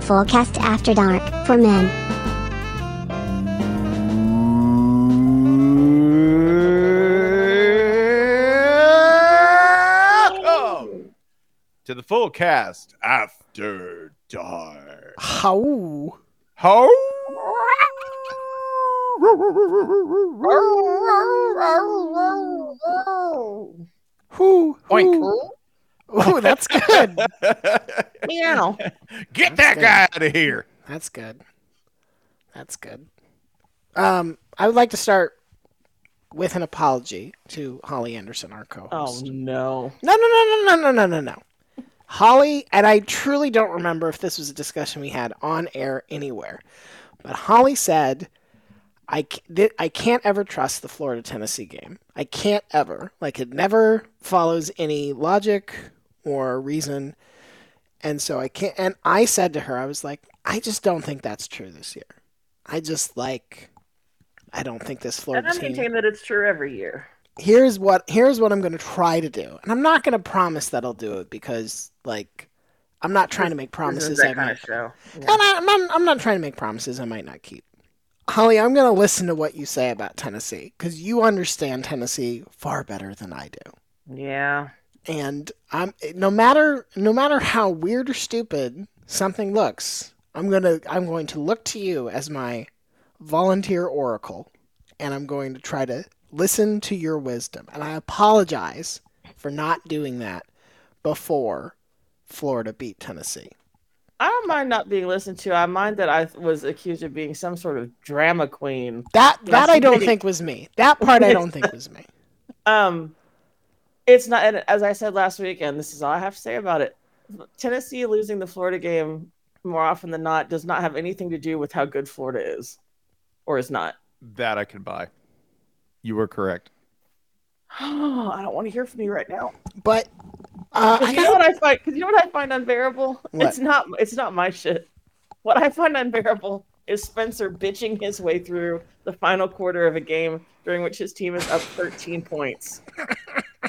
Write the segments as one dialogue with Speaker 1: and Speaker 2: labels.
Speaker 1: Fullcast After Dark for men.
Speaker 2: Mm-hmm. Welcome to the full cast after dark.
Speaker 3: How?
Speaker 2: Ho!
Speaker 3: Who?
Speaker 4: Oink.
Speaker 3: Oh, that's good.
Speaker 4: Meow.
Speaker 2: Get that guy out of here.
Speaker 3: that's good. That's good. Um, I would like to start with an apology to Holly Anderson, our
Speaker 4: Oh
Speaker 3: co-host.
Speaker 4: no.
Speaker 3: No, no, no, no, no, no, no, no, no. Holly, and I truly don't remember if this was a discussion we had on air anywhere, but Holly said, I, c- th- I can't ever trust the Florida Tennessee game. I can't ever. Like, it never follows any logic or reason. And so I can't. And I said to her, I was like, I just don't think that's true this year. I just like, I don't think this
Speaker 4: And
Speaker 3: Florida
Speaker 4: I
Speaker 3: team
Speaker 4: maintain that it's true every year.
Speaker 3: here's what here's what I'm going to try to do. And I'm not going to promise that I'll do it because like I'm not trying to make
Speaker 4: This
Speaker 3: promises
Speaker 4: is
Speaker 3: I
Speaker 4: that
Speaker 3: might
Speaker 4: kind of show. Yeah.
Speaker 3: and I, I'm, not, I'm not trying to make promises I might not keep. Holly, I'm going to listen to what you say about Tennessee cuz you understand Tennessee far better than I do.
Speaker 4: Yeah.
Speaker 3: And I'm no matter no matter how weird or stupid something looks, I'm going to I'm going to look to you as my volunteer oracle and I'm going to try to listen to your wisdom. And I apologize for not doing that before Florida beat Tennessee.
Speaker 4: I don't mind not being listened to. I mind that I was accused of being some sort of drama queen.
Speaker 3: That that I don't
Speaker 4: Yes.
Speaker 3: think was me. That part I don't think was me.
Speaker 4: Um, it's not. And as I said last week, and this is all I have to say about it. Tennessee losing the Florida game more often than not does not have anything to do with how good Florida is, or is not.
Speaker 2: That I can buy. You were correct.
Speaker 4: I don't want to hear from you right now.
Speaker 3: But uh,
Speaker 4: 'Cause
Speaker 3: I
Speaker 4: you
Speaker 3: got
Speaker 4: know what I find? Because you know what I find unbearable?
Speaker 3: What?
Speaker 4: It's not. It's not my shit. What I find unbearable is Spencer bitching his way through the final quarter of a game during which his team is up 13 points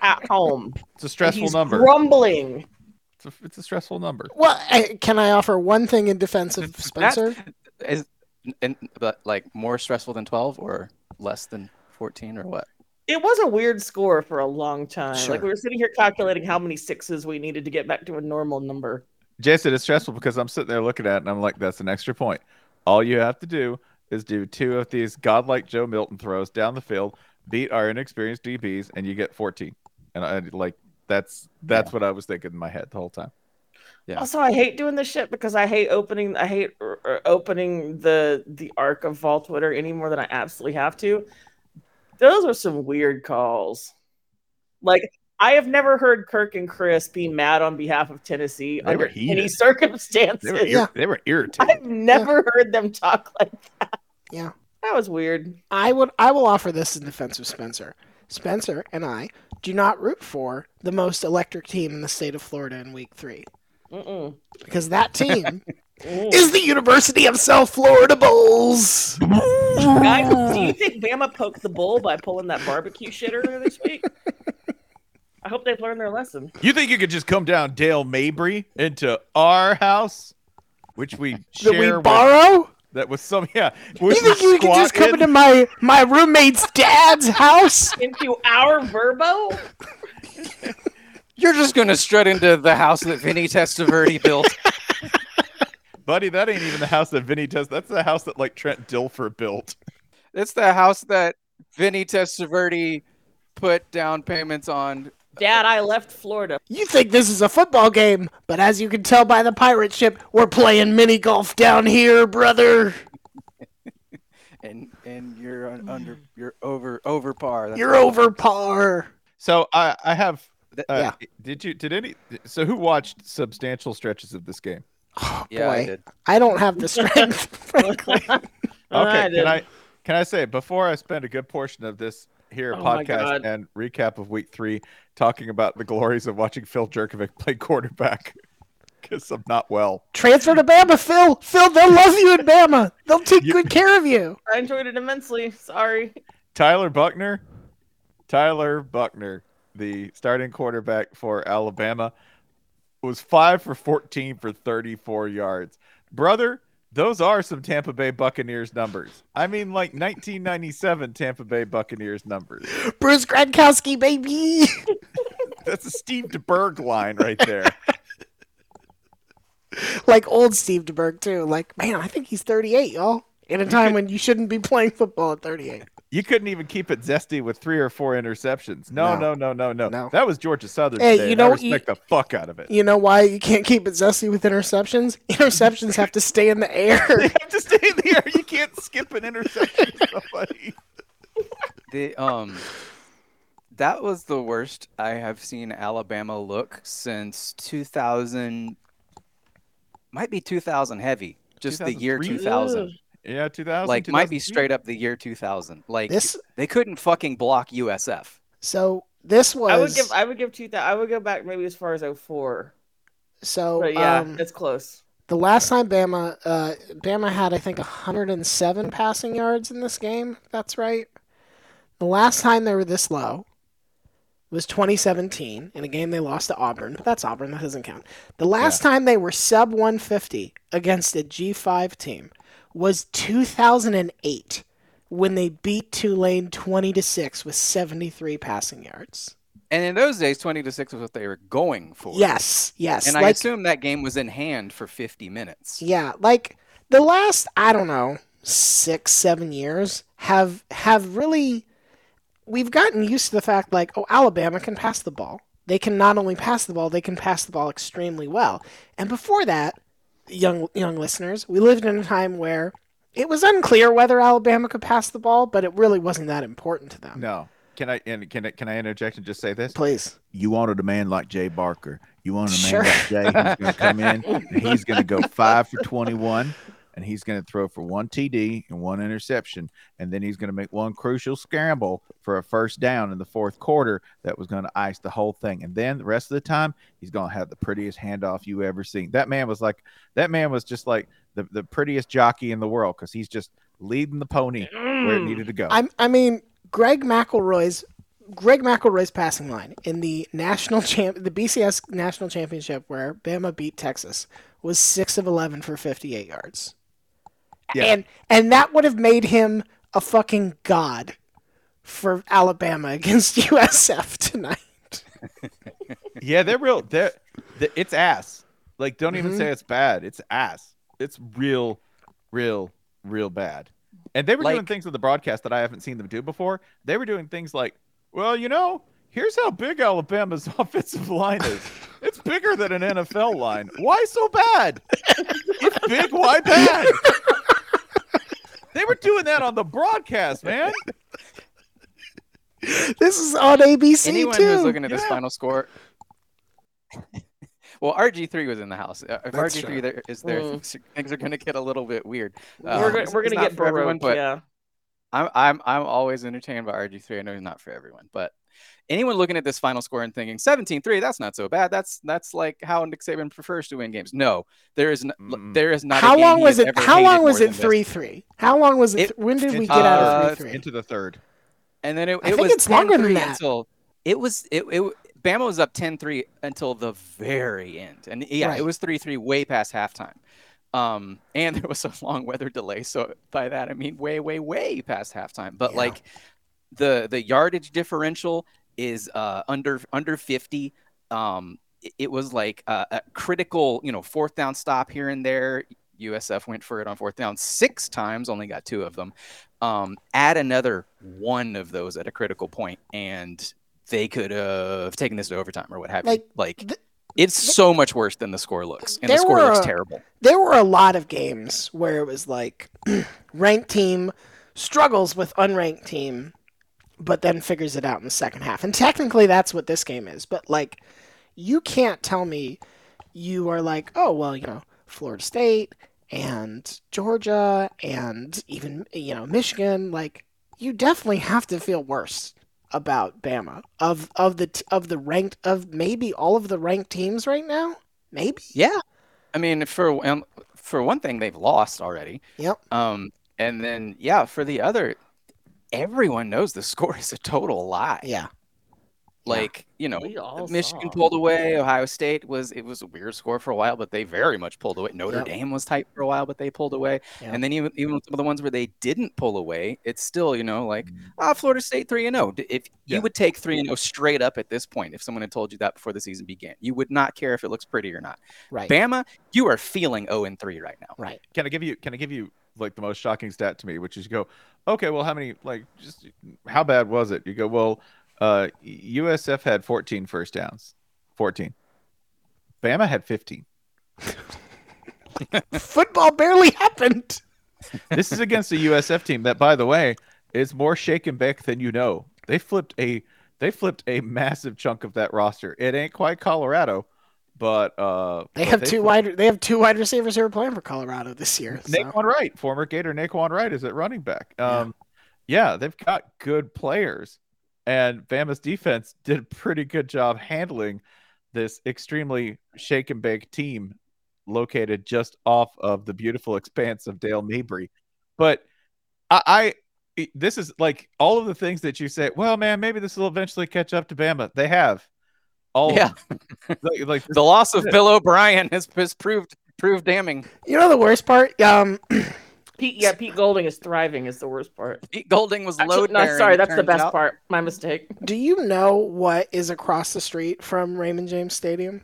Speaker 4: at home.
Speaker 2: It's a stressful
Speaker 4: He's
Speaker 2: number.
Speaker 4: Grumbling.
Speaker 2: It's a, it's a stressful number.
Speaker 3: well, I, can I offer one thing in defense of Spencer?
Speaker 5: Is and but like more stressful than twelve or less than fourteen or what?
Speaker 4: It was a weird score for a long time.
Speaker 3: Sure.
Speaker 4: Like we were sitting here calculating how many sixes we needed to get back to a normal number.
Speaker 2: Jason, it's stressful because I'm sitting there looking at it and I'm like, that's an extra point. All you have to do is do two of these godlike Joe Milton throws down the field, beat our inexperienced DBs, and you get 14. And I like that's that's what I was thinking in my head the whole time.
Speaker 5: Yeah.
Speaker 4: Also, I hate doing this shit because I hate opening. I hate er, er, opening the the arc of Vol Twitter any more than I absolutely have to. Those are some weird calls. Like I have never heard Kirk and Chris be mad on behalf of Tennessee
Speaker 2: They were
Speaker 4: under any
Speaker 2: heated.
Speaker 4: circumstances.
Speaker 2: They were, ir-
Speaker 3: Yeah.
Speaker 2: they were irritated.
Speaker 4: I've never heard them talk like that.
Speaker 3: Yeah.
Speaker 4: that was weird.
Speaker 3: I would I will offer this in defense of Spencer. Spencer and I do not root for the most electric team in the state of Florida in week three.
Speaker 4: Mm-mm.
Speaker 3: Because that team
Speaker 4: Mm.
Speaker 3: is the University of South Florida Bulls.
Speaker 4: Guys, do you think Bama poked the bull by pulling that barbecue shit earlier this week? I hope they've learned their lesson.
Speaker 2: You think you could just come down Dale Mabry into our house, which we
Speaker 3: That
Speaker 2: share
Speaker 3: we
Speaker 2: with-
Speaker 3: borrow?
Speaker 2: that was some yeah.
Speaker 3: You think you can just come into my, my roommate's dad's house?
Speaker 4: Into our verbo?
Speaker 5: You're just gonna strut into the house that Vinny Testaverde built.
Speaker 2: buddy? That ain't even the house that Vinny does. That's the house that like Trent Dilfer built.
Speaker 5: It's the house that Vinny Testaverde put down payments on
Speaker 4: Dad, I left Florida.
Speaker 3: You think this is a football game, but as you can tell by the pirate ship, we're playing mini golf down here, brother.
Speaker 5: and and you're on, under you're over over par. That's
Speaker 3: You're over par.
Speaker 2: So I I have.
Speaker 5: Th-
Speaker 2: Uh, Did you did any? So who watched substantial stretches of this game?
Speaker 3: Oh,
Speaker 5: yeah,
Speaker 3: boy.
Speaker 5: I did.
Speaker 3: I don't have the strength, frankly.
Speaker 2: Okay,
Speaker 4: Uh, Ah, I
Speaker 2: can
Speaker 4: didn't.
Speaker 2: I can I say before I spend a good portion of this here
Speaker 4: Oh my
Speaker 2: podcast
Speaker 4: God.
Speaker 2: and recap of week three talking about the glories of watching Phil Jerkovic play quarterback? Because I'm not well.
Speaker 3: Transfer to Bama, Phil. Phil, they'll love you in Bama. They'll take
Speaker 2: You-
Speaker 3: good care of you.
Speaker 4: I enjoyed it immensely. Sorry.
Speaker 2: Tyler Buckner, Tyler Buckner, the starting quarterback for Alabama, was five for 14 for 34 yards. Brother, those are some Tampa Bay Buccaneers numbers. I mean, like 1997 Tampa Bay Buccaneers numbers.
Speaker 3: Bruce Gronkowski, baby.
Speaker 2: That's a Steve DeBerg line right there.
Speaker 3: like old Steve DeBerg, too. Like, man, I think he's 38, y'all. In a time when you shouldn't be playing football at 38.
Speaker 2: You couldn't even keep it zesty with three or four interceptions. No,
Speaker 3: No.
Speaker 2: no, no, no, no.
Speaker 3: No.
Speaker 2: That was Georgia Southern.
Speaker 3: Hey,
Speaker 2: today,
Speaker 3: you
Speaker 2: and I
Speaker 3: know what you-
Speaker 2: respect the fuck out of it.
Speaker 3: You know why you can't keep it zesty with interceptions? Interceptions have to stay in the air.
Speaker 2: have to stay in the air. You can't skip an interception. Somebody.
Speaker 5: The um that was the worst I have seen Alabama look since 2000 might be 2000 heavy. Just the year
Speaker 2: 2003?
Speaker 5: 2000.
Speaker 2: Yeah, 2000.
Speaker 5: Like might be
Speaker 2: 2003.
Speaker 5: straight up the year 2000. Like
Speaker 3: This-
Speaker 5: they couldn't fucking block USF.
Speaker 3: so this was.
Speaker 4: I would give I would give two thousand I would go back maybe as far as 04.
Speaker 3: so
Speaker 4: But yeah,
Speaker 3: um,
Speaker 4: it's close.
Speaker 3: the last time Bama, uh, Bama had I think 107 passing yards in this game. if That's right. The last time they were this low was 2017 in a game they lost to Auburn. But that's Auburn. That doesn't count. The last time they were sub 150 against a G5 team was 2008 when they beat Tulane 20 to six with 73 passing yards.
Speaker 5: And in those days 20 to 6 was what they were going for.
Speaker 3: Yes, yes.
Speaker 5: And I
Speaker 3: like-
Speaker 5: assume that game was in hand for 50 minutes.
Speaker 3: Yeah, like the last I don't know six seven years have have really we've gotten used to the fact like oh Alabama can pass the ball. They can not only pass the ball, they can pass the ball extremely well. And before that, young young listeners, we lived in a time where it was unclear whether Alabama could pass the ball, but it really wasn't that important to them.
Speaker 2: No. Can I and can I can I interject and just say this?
Speaker 3: Please.
Speaker 2: You wanted a man like Jay Barker. You wanted a man
Speaker 3: Sure.
Speaker 2: like Jay who's going to come in and he's going to go five for twenty-one, and he's going to throw for one TD and one interception, and then he's going to make one crucial scramble for a first down in the fourth quarter that was going to ice the whole thing. And then the rest of the time, he's going to have the prettiest handoff you ever seen. That man was like that man was just like the the prettiest jockey in the world because he's just leading the pony where it
Speaker 4: Mm.
Speaker 2: needed to go.
Speaker 5: Oh.
Speaker 3: I I mean Greg McElroy's Greg McElroy's passing line in the national champ the BCS national championship where Bama beat Texas was six of eleven for fifty eight yards.
Speaker 2: Yeah.
Speaker 3: And and that would have made him a fucking god for Alabama against USF tonight.
Speaker 2: Yeah, they're real. They're, th- it's ass. Like, don't
Speaker 3: Mhm.
Speaker 2: even say it's bad. It's ass. It's real, real, real bad. And they were doing
Speaker 5: Like-
Speaker 2: things with the broadcast that I haven't seen them do before. They were doing things like, well, you know, here's how big Alabama's offensive line is. It's bigger than an NFL line. Why so bad? It's big. Why bad? They were doing that on the broadcast, man.
Speaker 3: This is on ABC
Speaker 5: Anyone
Speaker 3: too.
Speaker 5: who's looking at this
Speaker 2: Yeah.
Speaker 5: final score. well, RG3 was in the house. Uh, If
Speaker 3: That's
Speaker 5: RG3
Speaker 3: true.
Speaker 5: there is there,
Speaker 4: Mm.
Speaker 5: things, are- things are going to get a little bit weird.
Speaker 4: we're
Speaker 5: Um,
Speaker 4: gonna,
Speaker 5: it's-
Speaker 4: we're
Speaker 5: it's
Speaker 4: gonna
Speaker 5: not
Speaker 4: get
Speaker 5: for everyone,
Speaker 4: baroque,
Speaker 5: but
Speaker 4: yeah.
Speaker 5: I'm I'm I'm always entertained by RG3. I know he's not for everyone, but anyone looking at this final score and thinking 17-3, that's not so bad. That's that's like how Nick Saban prefers to win games. No, there is n- l-
Speaker 2: Mm-mm.
Speaker 5: there is not. a
Speaker 3: how
Speaker 5: game
Speaker 3: long
Speaker 5: he
Speaker 3: was
Speaker 5: has
Speaker 3: it
Speaker 5: ever
Speaker 3: how
Speaker 5: hated
Speaker 3: long
Speaker 5: more
Speaker 3: was
Speaker 5: than
Speaker 3: it
Speaker 5: this.
Speaker 3: three three? How long was it,
Speaker 5: It-
Speaker 3: th- when did we
Speaker 2: Into
Speaker 3: get out of three
Speaker 5: uh,
Speaker 3: three?
Speaker 2: Into the third.
Speaker 5: And then it,
Speaker 3: I
Speaker 5: it
Speaker 3: think
Speaker 5: was
Speaker 3: it's longer than
Speaker 5: 10-3
Speaker 3: that.
Speaker 5: Until it was it, it w- Bama was up 10-3 until the very end, and yeah,
Speaker 3: Right.
Speaker 5: it was three three way past halftime. Um, and there was a long weather delay, so by that I mean way way way past halftime. But
Speaker 3: Yeah.
Speaker 5: like the the yardage differential is uh, under under 50. Um, it, it was like a, a critical, you know, fourth down stop here and there. USF went for it on fourth down six times, only got two of them um, add another one of those at a critical point, and they could have taken this to overtime or what have
Speaker 3: Like,
Speaker 5: you. Like
Speaker 3: th-
Speaker 5: it's so much worse than the score looks, and the
Speaker 3: There
Speaker 5: score
Speaker 3: were
Speaker 5: looks
Speaker 3: a-
Speaker 5: terrible.
Speaker 3: there were a lot of games where it was like ranked team struggles with unranked team but then figures it out in the second half and technically that's what this game is but like you can't tell me you are like oh well you know florida state and georgia and even you know michigan like you definitely have to feel worse about bama of of the t- of the ranked of maybe all of the ranked teams right now maybe
Speaker 5: Yeah, I mean, for um, for one thing, they've lost already.
Speaker 3: Yep.
Speaker 5: Um, and then yeah, for the other, everyone knows the score is a total lie.
Speaker 3: yeah
Speaker 5: Like you know,
Speaker 4: We all
Speaker 5: Michigan
Speaker 4: saw.
Speaker 5: pulled away. Ohio State was it was a weird score for a while, but they very much pulled away. Notre
Speaker 3: Yep.
Speaker 5: Dame was tight for a while, but they pulled away.
Speaker 3: Yep.
Speaker 5: And then even even some of the ones where they didn't pull away, it's still you know like
Speaker 4: Mm-hmm.
Speaker 5: ah Florida State three and zero. If
Speaker 2: Yeah.
Speaker 5: you would take three and zero straight up at this point, if someone had told you that before the season began, you would not care if it looks pretty or not.
Speaker 3: right
Speaker 5: Bama, you are feeling zero and three right now.
Speaker 3: Right.
Speaker 2: Can I give you? Can I give you like the most shocking stat to me, which is you go, okay, well, how many? Like, just how bad was it? You go, well, uh, USF had 14 first downs, 14. Bama had 15.
Speaker 3: Football barely happened.
Speaker 2: This is against a USF team that, by the way, is more shaken back than you know. They flipped a they flipped a massive chunk of that roster. It ain't quite Colorado, but uh,
Speaker 3: They
Speaker 2: but
Speaker 3: have two
Speaker 2: flipped-
Speaker 3: wide. They have two wide receivers who are playing for Colorado this year. So.
Speaker 2: Naquan Wright, former Gator Naquan Wright, is at running back. Um, yeah. they've got good players, and Bama's defense did a pretty good job handling this extremely shake and bake team located just off of the beautiful expanse of Dale Mabry. But I, I this is like all of the things that you say. Well, man, maybe this will eventually catch up to Bama. They have.
Speaker 4: Oh,
Speaker 2: All
Speaker 5: Yeah.
Speaker 2: yeah. like, like
Speaker 5: The loss of Bill O'Brien has, has proved proved damning.
Speaker 3: You know the worst part? Um,
Speaker 4: Pete, yeah, Pete Golding is thriving is the worst part.
Speaker 5: Pete Golding was
Speaker 4: Actually,
Speaker 5: load
Speaker 4: no,
Speaker 5: bearing,
Speaker 4: sorry,
Speaker 5: it
Speaker 4: that's the
Speaker 5: turns
Speaker 4: best
Speaker 5: out.
Speaker 4: part. My mistake.
Speaker 3: do you know what is across the street from Raymond James Stadium?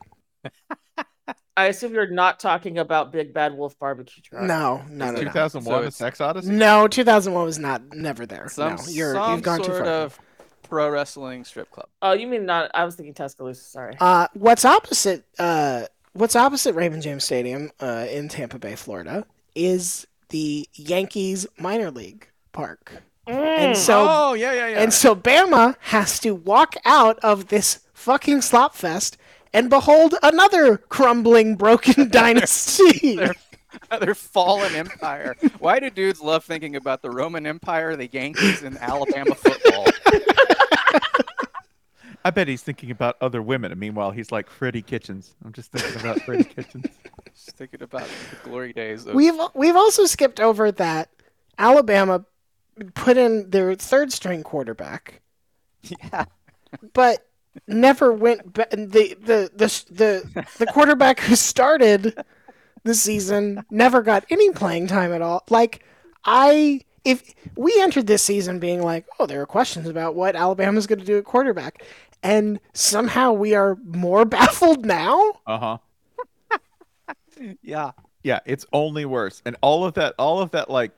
Speaker 4: I assume you're not talking about Big Bad Wolf Barbecue Truck.
Speaker 5: Uh,
Speaker 3: No, no, no, no.
Speaker 2: 2001
Speaker 5: So
Speaker 2: the Sex Odyssey.
Speaker 3: No, 2001 was not never there.
Speaker 5: Some,
Speaker 3: no, you're
Speaker 5: some
Speaker 3: you've gone too
Speaker 5: sort
Speaker 3: far.
Speaker 5: of pro wrestling strip club.
Speaker 4: Oh, you mean not? I was thinking Tuscaloosa. Sorry.
Speaker 3: Uh, what's opposite? Uh, what's opposite Raymond James Stadium uh, in Tampa Bay, Florida, is the Yankees minor league park,
Speaker 4: Hmm.
Speaker 3: and so
Speaker 2: oh yeah, yeah, yeah.
Speaker 3: And so Bama has to walk out of this fucking slop fest and behold another crumbling, broken dynasty.
Speaker 5: Their fallen empire. Why do dudes love thinking about the Roman Empire, the Yankees, and Alabama football?
Speaker 2: I bet he's thinking about other women. And meanwhile, he's like Freddie Kitchens. I'm just thinking about Freddie Kitchens.
Speaker 5: Just thinking about the glory days of.
Speaker 3: we've we've also skipped over that Alabama put in their third string quarterback,
Speaker 5: yeah.
Speaker 3: but never went. Ba- the, the the the the quarterback who started the season never got any playing time at all. Like I if we entered this season being like, oh, there are questions about what Alabama's going to do at quarterback, and somehow we are more baffled now.
Speaker 2: Uh huh.
Speaker 5: Yeah.
Speaker 2: Yeah, it's only worse. And all of that, all of that, like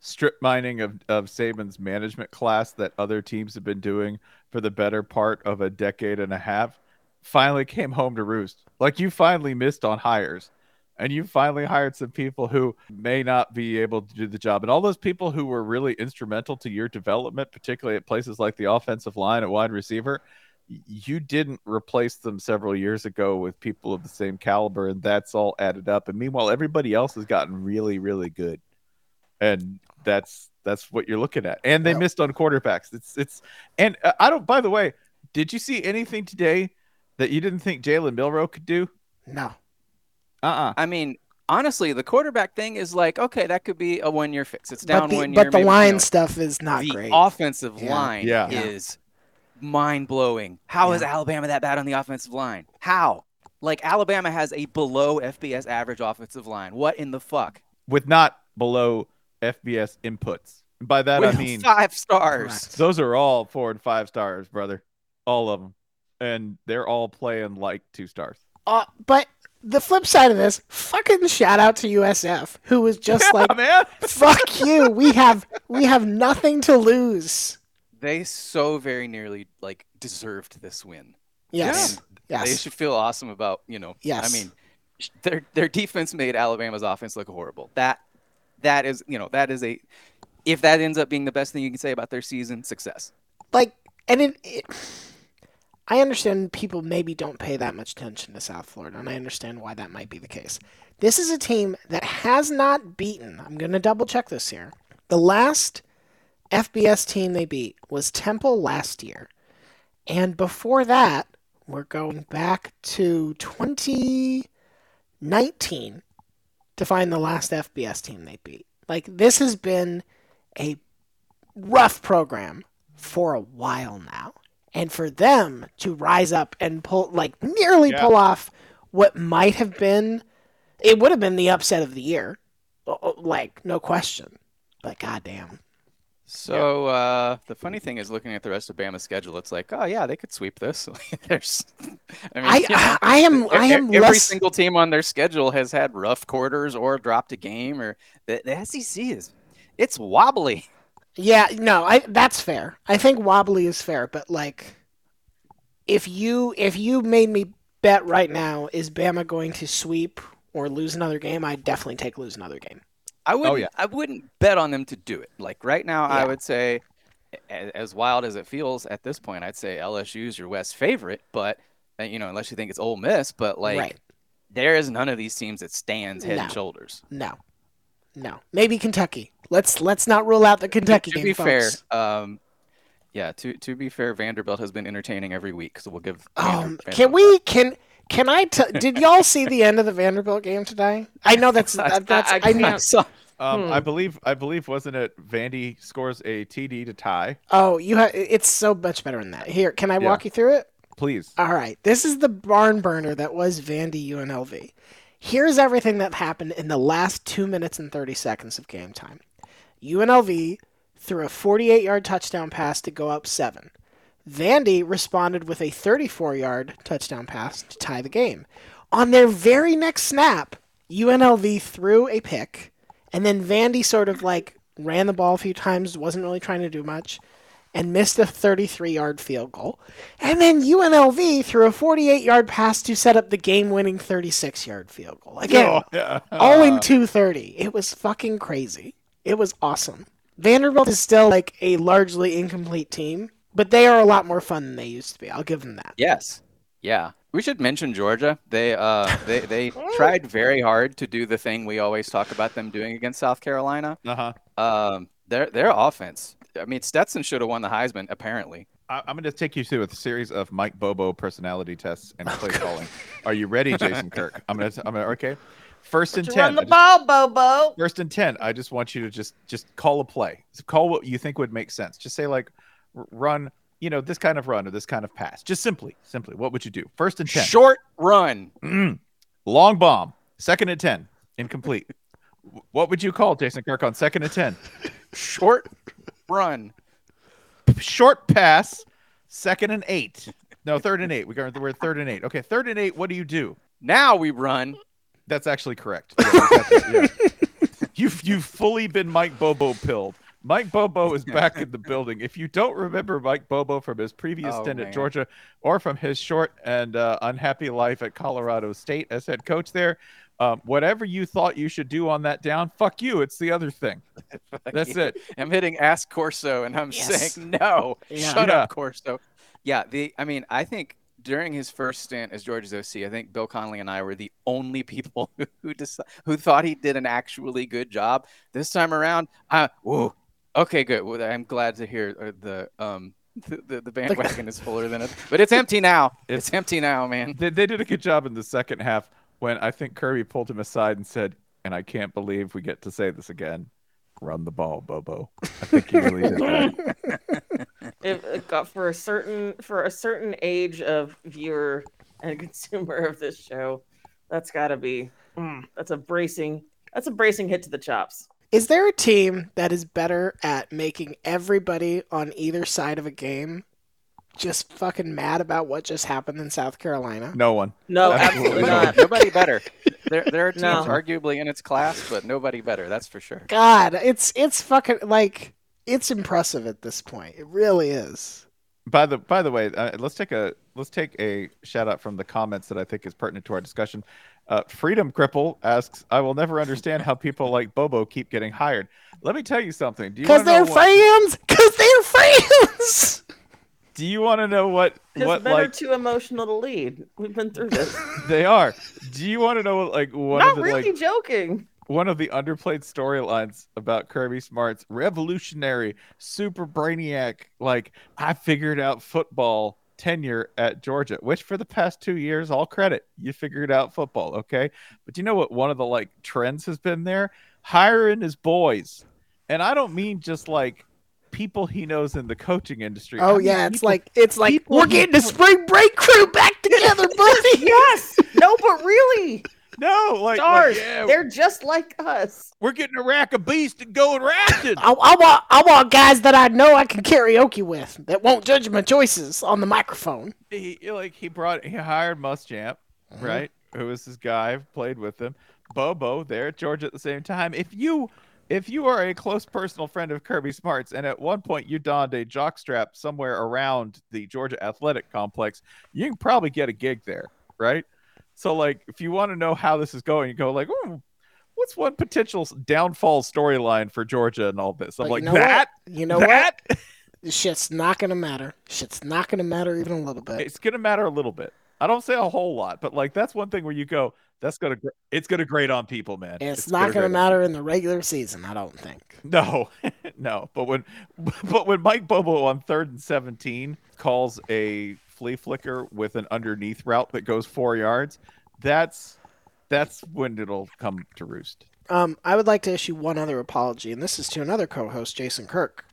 Speaker 2: strip mining of of Saban's management class that other teams have been doing for the better part of a decade and a half, finally came home to roost. Like you finally missed on hires, and you finally hired some people who may not be able to do the job. And all those people who were really instrumental to your development, particularly at places like the offensive line at wide receiver, y- you didn't replace them several years ago with people of the same caliber, and that's all added up. And meanwhile, everybody else has gotten really, really good, and that's that's what you're looking at. And they
Speaker 3: Yeah.
Speaker 2: missed on quarterbacks. It's it's and uh, I don't. By the way, did you see anything today that you didn't think Jalen Milrow could do?
Speaker 3: No,
Speaker 2: Uh uh
Speaker 5: I mean, honestly, the quarterback thing is like, okay, that could be a one year fix. It's down
Speaker 3: but the,
Speaker 5: one year.
Speaker 3: but the
Speaker 5: maybe, you
Speaker 3: line
Speaker 5: know,
Speaker 3: stuff is not
Speaker 5: the
Speaker 3: great.
Speaker 5: offensive
Speaker 3: Yeah.
Speaker 5: line
Speaker 2: Yeah.
Speaker 3: Yeah.
Speaker 5: is mind blowing. How is Alabama that bad on the offensive line? How? Like Alabama has a below FBS average offensive line. What in the fuck?
Speaker 2: With not below FBS inputs. By that
Speaker 5: With
Speaker 2: I mean
Speaker 5: five stars.
Speaker 3: Correct.
Speaker 2: Those are all four and five stars, brother. All of them. And they're all playing like two stars.
Speaker 3: Uh, but the flip side of this, fucking shout out to USF, who was just like,
Speaker 2: man.
Speaker 3: "Fuck you, we have we have nothing to lose."
Speaker 5: They so very nearly like deserved this win.
Speaker 3: Yes.
Speaker 5: They
Speaker 3: Yes.
Speaker 5: should feel awesome about you know.
Speaker 3: Yes.
Speaker 5: I mean, sh- their their defense made Alabama's offense look horrible. That that is you know that is a if that ends up being the best thing you can say about their season, success.
Speaker 3: like and it, it i understand people maybe don't pay that much attention to south florida and i understand why that might be the case this is a team that has not beaten i'm going to double check this here the last fbs team they beat was temple last year and before that we're going back to 2019 to find the last fbs team they beat like this has been a rough program for a while now. And for them to rise up and pull, like, nearly
Speaker 2: Yeah.
Speaker 3: pull off what might have been, it would have been the upset of the year. Uh, uh, Like, no question. But goddamn.
Speaker 5: So uh, the funny thing is, looking at the rest of Bama's schedule, it's like, oh yeah, they could sweep this. There's, I mean,
Speaker 3: I,
Speaker 5: you know,
Speaker 3: I, I am, I
Speaker 5: e-
Speaker 3: am
Speaker 5: every
Speaker 3: less.
Speaker 5: single team on their schedule has had rough quarters or dropped a game, or the, the SEC is it's wobbly.
Speaker 3: Yeah, no, I that's fair. I think wobbly is fair, but like if you if you made me bet right now is Bama going to sweep or lose another game, I'd definitely take lose another game.
Speaker 5: I wouldn't.
Speaker 2: yeah.
Speaker 5: I wouldn't bet on them to do it. Like right now, I
Speaker 3: Oh, Yeah.
Speaker 5: would say, a- as wild as it feels at this point, I'd say LSU's your West favorite. But uh, you know, unless you think it's Ole Miss, but like
Speaker 3: Right.
Speaker 5: there is none of these teams that stands head and
Speaker 3: No.
Speaker 5: shoulders.
Speaker 3: No. No. Maybe Kentucky. Let's let's not rule out the Kentucky
Speaker 5: to
Speaker 3: game,
Speaker 5: be fair,
Speaker 3: folks.
Speaker 5: um, yeah. To to be fair, Vanderbilt has been entertaining every week, so we'll give.
Speaker 3: Um,
Speaker 5: Vander-
Speaker 3: can
Speaker 5: Vanderbilt-
Speaker 3: we can can I t- did y'all see the end of the Vanderbilt game today? I know that's
Speaker 5: I-
Speaker 3: that, that's
Speaker 4: I
Speaker 3: I, know.
Speaker 4: can't-
Speaker 5: So-
Speaker 2: Um, I
Speaker 4: Hmm.
Speaker 2: believe I believe wasn't it Vandy scores a TD to tie.
Speaker 3: Oh, you ha- it's so much better than that. Here, can I
Speaker 2: Yeah.
Speaker 3: walk you through it?
Speaker 2: Please.
Speaker 3: All right. This is the barn burner that was Vandy UNLV. Here's everything that happened in the last two minutes and 30 seconds of game time. UNLV threw a 48 yard touchdown pass to go up seven. Vandy responded with a 34 yard touchdown pass to tie the game. On their very next snap, UNLV threw a pick, and then Vandy sort of like ran the ball a few times, wasn't really trying to do much, and missed a 33 yard field goal. And then UNLV threw a 48 yard pass to set up the game winning 36 yard field goal. Again,
Speaker 2: Yeah.
Speaker 3: all
Speaker 2: Uh,
Speaker 3: in 230. It was fucking crazy. It was awesome. Vanderbilt is still like a largely incomplete team, but they are a lot more fun than they used to be. I'll give them that.
Speaker 5: Yes. Yeah. We should mention Georgia. They uh they, they tried very hard to do the thing we always talk about them doing against South Carolina.
Speaker 2: Uh-huh.
Speaker 5: Um their their offense. I mean Stetson should have won the Heisman, apparently.
Speaker 2: I, I'm going to take you through a series of Mike Bobo personality tests
Speaker 4: Oh,
Speaker 2: and play calling. Are you ready, Jason Kirk? I'm going to. I'm going to. Okay. First and
Speaker 4: To
Speaker 2: ten.
Speaker 4: run
Speaker 2: I
Speaker 4: the
Speaker 2: just-
Speaker 4: ball, Bobo.
Speaker 2: First and ten. I just want you to just just call a play. Call what you think would make sense. Just say like, r- run. You know this kind of run or this kind of pass. Just simply, simply. What would you do? First and ten.
Speaker 5: Short run.
Speaker 2: Mm. Long bomb. Second and ten. Incomplete. W- what would you call Jason Kirk on second and ten?
Speaker 5: Short run.
Speaker 2: short pass, second and eight. No, third and eight. We got we're third and eight. Okay, third and eight. What do you do?
Speaker 5: Now we run.
Speaker 2: That's actually correct. Yeah, exactly, yeah. You've you've fully been Mike Bobo pilled. Mike Bobo is back in the building. If you don't remember Mike Bobo from his previous
Speaker 5: Oh,
Speaker 2: stint at
Speaker 5: man.
Speaker 2: Georgia or from his short and uh, unhappy life at Colorado State as head coach there, um, whatever you thought you should do on that down, fuck you. It's the other thing. That's it.
Speaker 5: I'm hitting ask Corso and I'm
Speaker 3: Yes.
Speaker 5: saying no.
Speaker 3: Yeah.
Speaker 5: Shut
Speaker 2: Yeah.
Speaker 5: up, Corso. Yeah, the I mean, I think during his first stint as Georgia's OC, I think Bill Conley and I were the only people who who, deci- who thought he did an actually good job. This time around, I whoa. Okay, good. Well, I'm glad to hear uh, the um the, the, the bandwagon is fuller than it, but it's empty now. It's empty now, man.
Speaker 2: they, they did a good job in the second half when I think Kirby pulled him aside and said, "And I can't believe we get to say this again. Run the ball, Bobo." I think he really did that.
Speaker 4: If it got for a certain for a certain age of viewer and consumer of this show, that's got to be mm, that's a bracing that's a bracing hit to the chops.
Speaker 3: Is there a team that is better at making everybody on either side of a game just fucking mad about what just happened in South Carolina?
Speaker 2: No one.
Speaker 4: No,
Speaker 2: Absolutely
Speaker 4: absolutely
Speaker 2: not.
Speaker 4: not.
Speaker 5: Nobody better. There, there are teams
Speaker 4: No.
Speaker 5: arguably in its class, but nobody better. That's for sure.
Speaker 3: God, it's it's fucking like it's impressive at this point. It really is.
Speaker 2: by the by the way, uh, let's take a let's take a shout out from the comments that I think is pertinent to our discussion. Uh, Freedom Cripple asks, "I will never understand how people like Bobo keep getting hired." Let me tell you something. Do you
Speaker 3: Because
Speaker 2: wanna know
Speaker 3: they're
Speaker 2: what,
Speaker 3: fans. Because they're fans.
Speaker 2: Do you want to know what
Speaker 4: Because
Speaker 2: what
Speaker 4: men
Speaker 2: like
Speaker 4: are too emotional to lead. We've been through this.
Speaker 2: they are? Do you want to know what like one of
Speaker 4: Not
Speaker 2: the
Speaker 4: really
Speaker 2: like
Speaker 4: joking.
Speaker 2: one of the underplayed storylines about Kirby Smart's revolutionary super brainiac like I figured out football tenure at Georgia, which for the past two years, all credit, you figured out football, okay? But you know what one of the like trends has been there? Hiring his boys. And I don't mean just like people he knows in the coaching industry. I
Speaker 3: Oh
Speaker 2: mean
Speaker 3: yeah, it's
Speaker 2: people-
Speaker 3: like it's like
Speaker 2: people
Speaker 3: we're
Speaker 2: who
Speaker 3: getting the spring break crew back together, buddy.
Speaker 4: Yes. No, but really,
Speaker 2: no, like, like,
Speaker 4: stars.
Speaker 2: yeah,
Speaker 4: They're just like us.
Speaker 2: we're getting a rack of beasts and going rafting.
Speaker 3: I, I want I want guys that I know I can karaoke with that won't judge my choices on the microphone.
Speaker 2: he he, like he brought he hired Muschamp, right? Who was his guy? Played with him. Bobo there at Georgia at the same time. If you if you are a close personal friend of Kirby Smart's, and at one point you donned a jockstrap somewhere around the Georgia Athletic Complex, you can probably get a gig there, right? So like, if you want to know how this is going, you go like, "Ooh, what's one potential s- downfall storyline for Georgia and all this?" I'm
Speaker 3: But
Speaker 2: like,
Speaker 3: you know
Speaker 2: that,
Speaker 3: what? You know
Speaker 2: that,
Speaker 3: what? Shit's not gonna matter. Shit's not gonna matter even a little bit.
Speaker 2: it's gonna matter a little bit. I don't say a whole lot, but like that's one thing where you go, that's gonna gr- it's gonna grate on people, man.
Speaker 3: It's, not
Speaker 2: grate
Speaker 3: gonna
Speaker 2: on-
Speaker 3: matter in the regular season, I don't think.
Speaker 2: No, no. But when but when Mike Bobo on third and seventeen calls a flea flicker with an underneath route that goes four yards, that's that's when it'll come to roost.
Speaker 3: Um, I would like to issue one other apology, and this is to another co-host, Jason Kirk.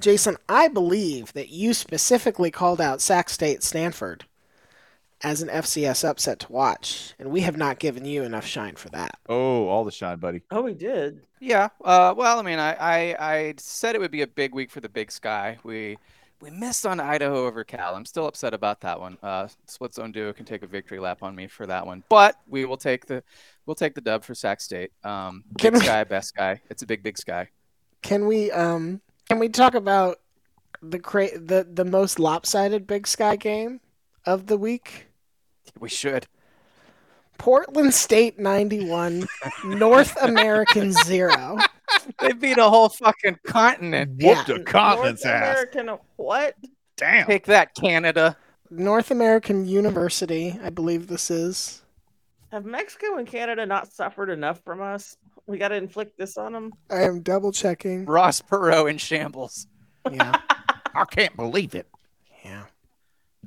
Speaker 3: Jason, I believe that you specifically called out Sac State Stanford as an FCS upset to watch, and we have not given you enough shine for that.
Speaker 2: Oh, all the shine, buddy.
Speaker 4: Oh, we did.
Speaker 5: Yeah. Uh, well, I mean, I, I I said it would be a big week for the Big Sky. We we missed on Idaho over Cal. I'm still upset about that one. Uh, Split Zone Duo can take a victory lap on me for that one, but we will take the we'll take the dub for Sac State. Um,
Speaker 3: Can
Speaker 5: big
Speaker 3: we-
Speaker 5: Sky, best guy. It's a big Big Sky.
Speaker 3: Can we um can we talk about the cra- the the most lopsided Big Sky game of the week?
Speaker 5: We should.
Speaker 3: Portland State 91, North American 0.
Speaker 5: They beat a whole fucking continent.
Speaker 3: Yeah.
Speaker 2: Whoop the continent's
Speaker 4: North
Speaker 2: ass.
Speaker 4: American. What?
Speaker 2: Damn.
Speaker 5: Take that, Canada.
Speaker 3: North American University, I believe this is.
Speaker 4: Have Mexico and Canada not suffered enough from us? We got to inflict this on them.
Speaker 3: I am double checking.
Speaker 5: Ross Perot in shambles.
Speaker 3: Yeah.
Speaker 2: I can't believe it.
Speaker 3: Yeah.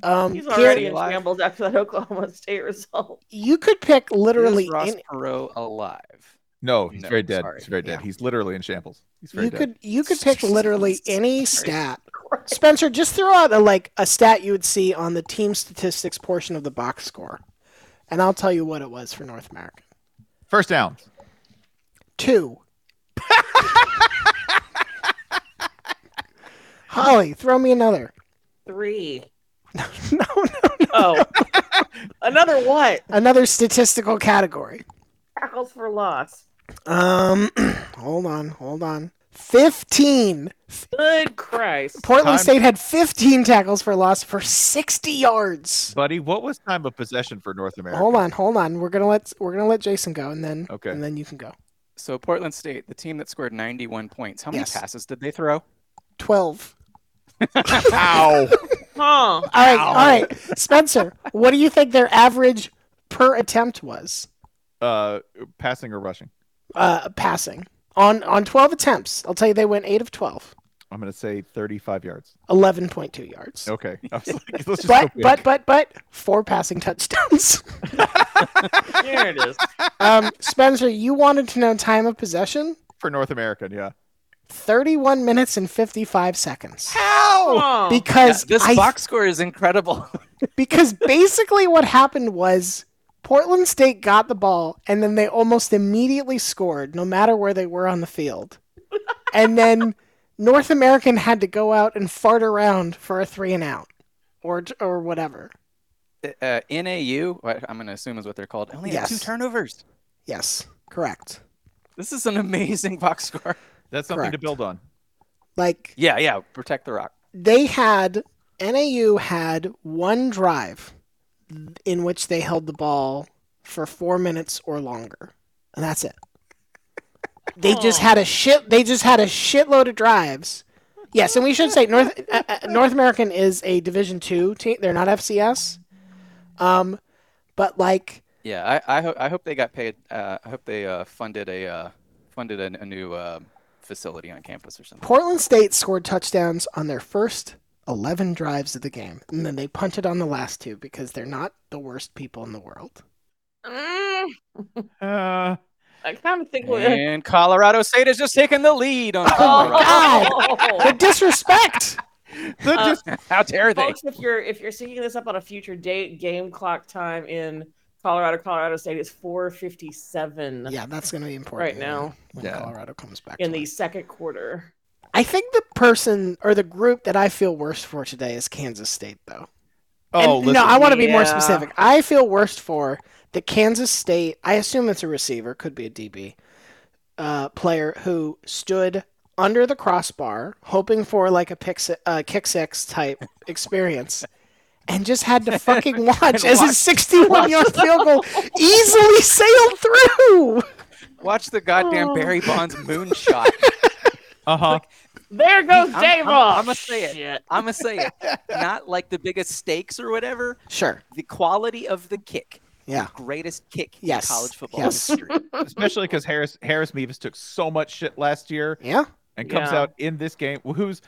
Speaker 3: Um
Speaker 4: He's
Speaker 3: here-
Speaker 4: already in
Speaker 5: alive.
Speaker 4: shambles after that Oklahoma State result.
Speaker 3: you could pick literally
Speaker 5: Is Ross
Speaker 3: any-
Speaker 5: Perot alive.
Speaker 2: No, he's
Speaker 5: No,
Speaker 2: very dead.
Speaker 5: sorry.
Speaker 2: He's very dead.
Speaker 3: Yeah.
Speaker 2: He's literally in shambles. He's very
Speaker 3: you
Speaker 2: dead.
Speaker 3: could you could pick literally any
Speaker 5: Christ.
Speaker 3: stat. Spencer, just throw out a like a stat you would see on the team statistics portion of the box score, and I'll tell you what it was for North America.
Speaker 2: First down.
Speaker 3: Two. Holly, throw me another.
Speaker 4: Three.
Speaker 3: No,
Speaker 4: Oh, another what?
Speaker 3: another statistical category.
Speaker 4: Tackles for loss.
Speaker 3: Um, hold on, hold on. Fifteen.
Speaker 4: Good Christ.
Speaker 3: Portland
Speaker 2: Time-
Speaker 3: State had fifteen tackles for loss for sixty yards.
Speaker 2: Buddy, what was time of possession for North America?
Speaker 3: Hold on, hold on. We're gonna let we're gonna let Jason go, and then
Speaker 2: Okay.
Speaker 3: and then you can go.
Speaker 5: So Portland State, the team that scored 91 points, how many
Speaker 3: Yes.
Speaker 5: passes did they throw?
Speaker 3: Twelve.
Speaker 2: Ow.
Speaker 4: Huh.
Speaker 3: All right, all right. Spencer, what do you think their average per attempt was?
Speaker 2: uh, passing or rushing?
Speaker 3: Uh, passing on on twelve attempts. I'll tell you, they went eight of twelve.
Speaker 2: I'm gonna say 35 yards.
Speaker 3: 11.2 yards.
Speaker 2: Okay, I was like, let's just
Speaker 3: But
Speaker 2: go big.
Speaker 3: but but but four passing touchdowns.
Speaker 4: There it is.
Speaker 3: um, Spencer, you wanted to know time of possession?
Speaker 2: for North American, yeah.
Speaker 3: 31 minutes and 55 seconds.
Speaker 5: How?
Speaker 4: Huh.
Speaker 3: Oh, Because
Speaker 5: this
Speaker 3: I-
Speaker 5: box score is incredible.
Speaker 3: because basically what happened was Portland State got the ball and then they almost immediately scored no matter where they were on the field. And then North American had to go out and fart around for a three and out or or whatever.
Speaker 5: uh, NAU, what I'm going to assume is what they're called, only had two
Speaker 3: Yes.
Speaker 5: turnovers.
Speaker 3: Yes, correct.
Speaker 5: This is an amazing box score.
Speaker 2: That's something to
Speaker 3: Correct.
Speaker 2: build on.
Speaker 3: Like
Speaker 5: Yeah, yeah, protect the rock.
Speaker 3: they had NAU had one drive in which they held the ball for four minutes or longer, and that's it. They just
Speaker 4: Oh.
Speaker 3: had a shit. They just had a shitload of drives. Yes, and we should say North uh, uh, North American is a Division two team. They're not FCS. Um, but like
Speaker 5: Yeah, I I, ho- I hope they got paid. Uh, I hope they uh, funded a uh, funded a, a new uh, facility on campus or something.
Speaker 3: Portland State scored touchdowns on their first 11 drives of the game, and then they punted on the last two because they're not the worst people in the world.
Speaker 4: Mm,
Speaker 2: Uh,
Speaker 4: I kind of think we're.
Speaker 5: And Colorado State has just taken the lead on.
Speaker 3: Oh my
Speaker 5: Colorado.
Speaker 3: The disrespect!
Speaker 2: they're
Speaker 4: Uh,
Speaker 2: just-
Speaker 5: How dare they?
Speaker 4: Folks, if you're if you're seeing this up on a future date, game clock time in Colorado, Colorado State is 4:57
Speaker 3: yeah, that's going to be important
Speaker 4: Right now.
Speaker 3: when
Speaker 2: Yeah.
Speaker 3: Colorado comes back.
Speaker 4: in
Speaker 3: to
Speaker 4: the
Speaker 3: it.
Speaker 4: second quarter.
Speaker 3: I think the person or the group that I feel worst for today is Kansas State, though.
Speaker 2: oh,
Speaker 3: And,
Speaker 2: listen,
Speaker 3: no, I want to be more
Speaker 4: Yeah.
Speaker 3: specific. I feel worst for the Kansas State. I assume it's a receiver, could be a DB uh, player who stood under the crossbar, hoping for like a pick, si- uh, kick six type experience, and just had to fucking watch as his 61 yard field goal easily sailed through.
Speaker 5: Watch the goddamn
Speaker 4: Oh.
Speaker 5: Barry Bonds moonshot.
Speaker 2: uh-huh.
Speaker 4: There goes
Speaker 5: I'm- I'm-
Speaker 4: Dave
Speaker 5: I'ma say it. I'm gonna say it. Not like the biggest stakes or whatever.
Speaker 3: Sure.
Speaker 5: The quality of the kick,
Speaker 3: Yeah.
Speaker 5: greatest kick
Speaker 3: Yes.
Speaker 5: in college football
Speaker 3: Yes.
Speaker 5: history.
Speaker 2: especially because Harris Harris Mevis took so much shit last year
Speaker 3: Yeah.
Speaker 2: and comes
Speaker 4: Yeah.
Speaker 2: out in this game. Who's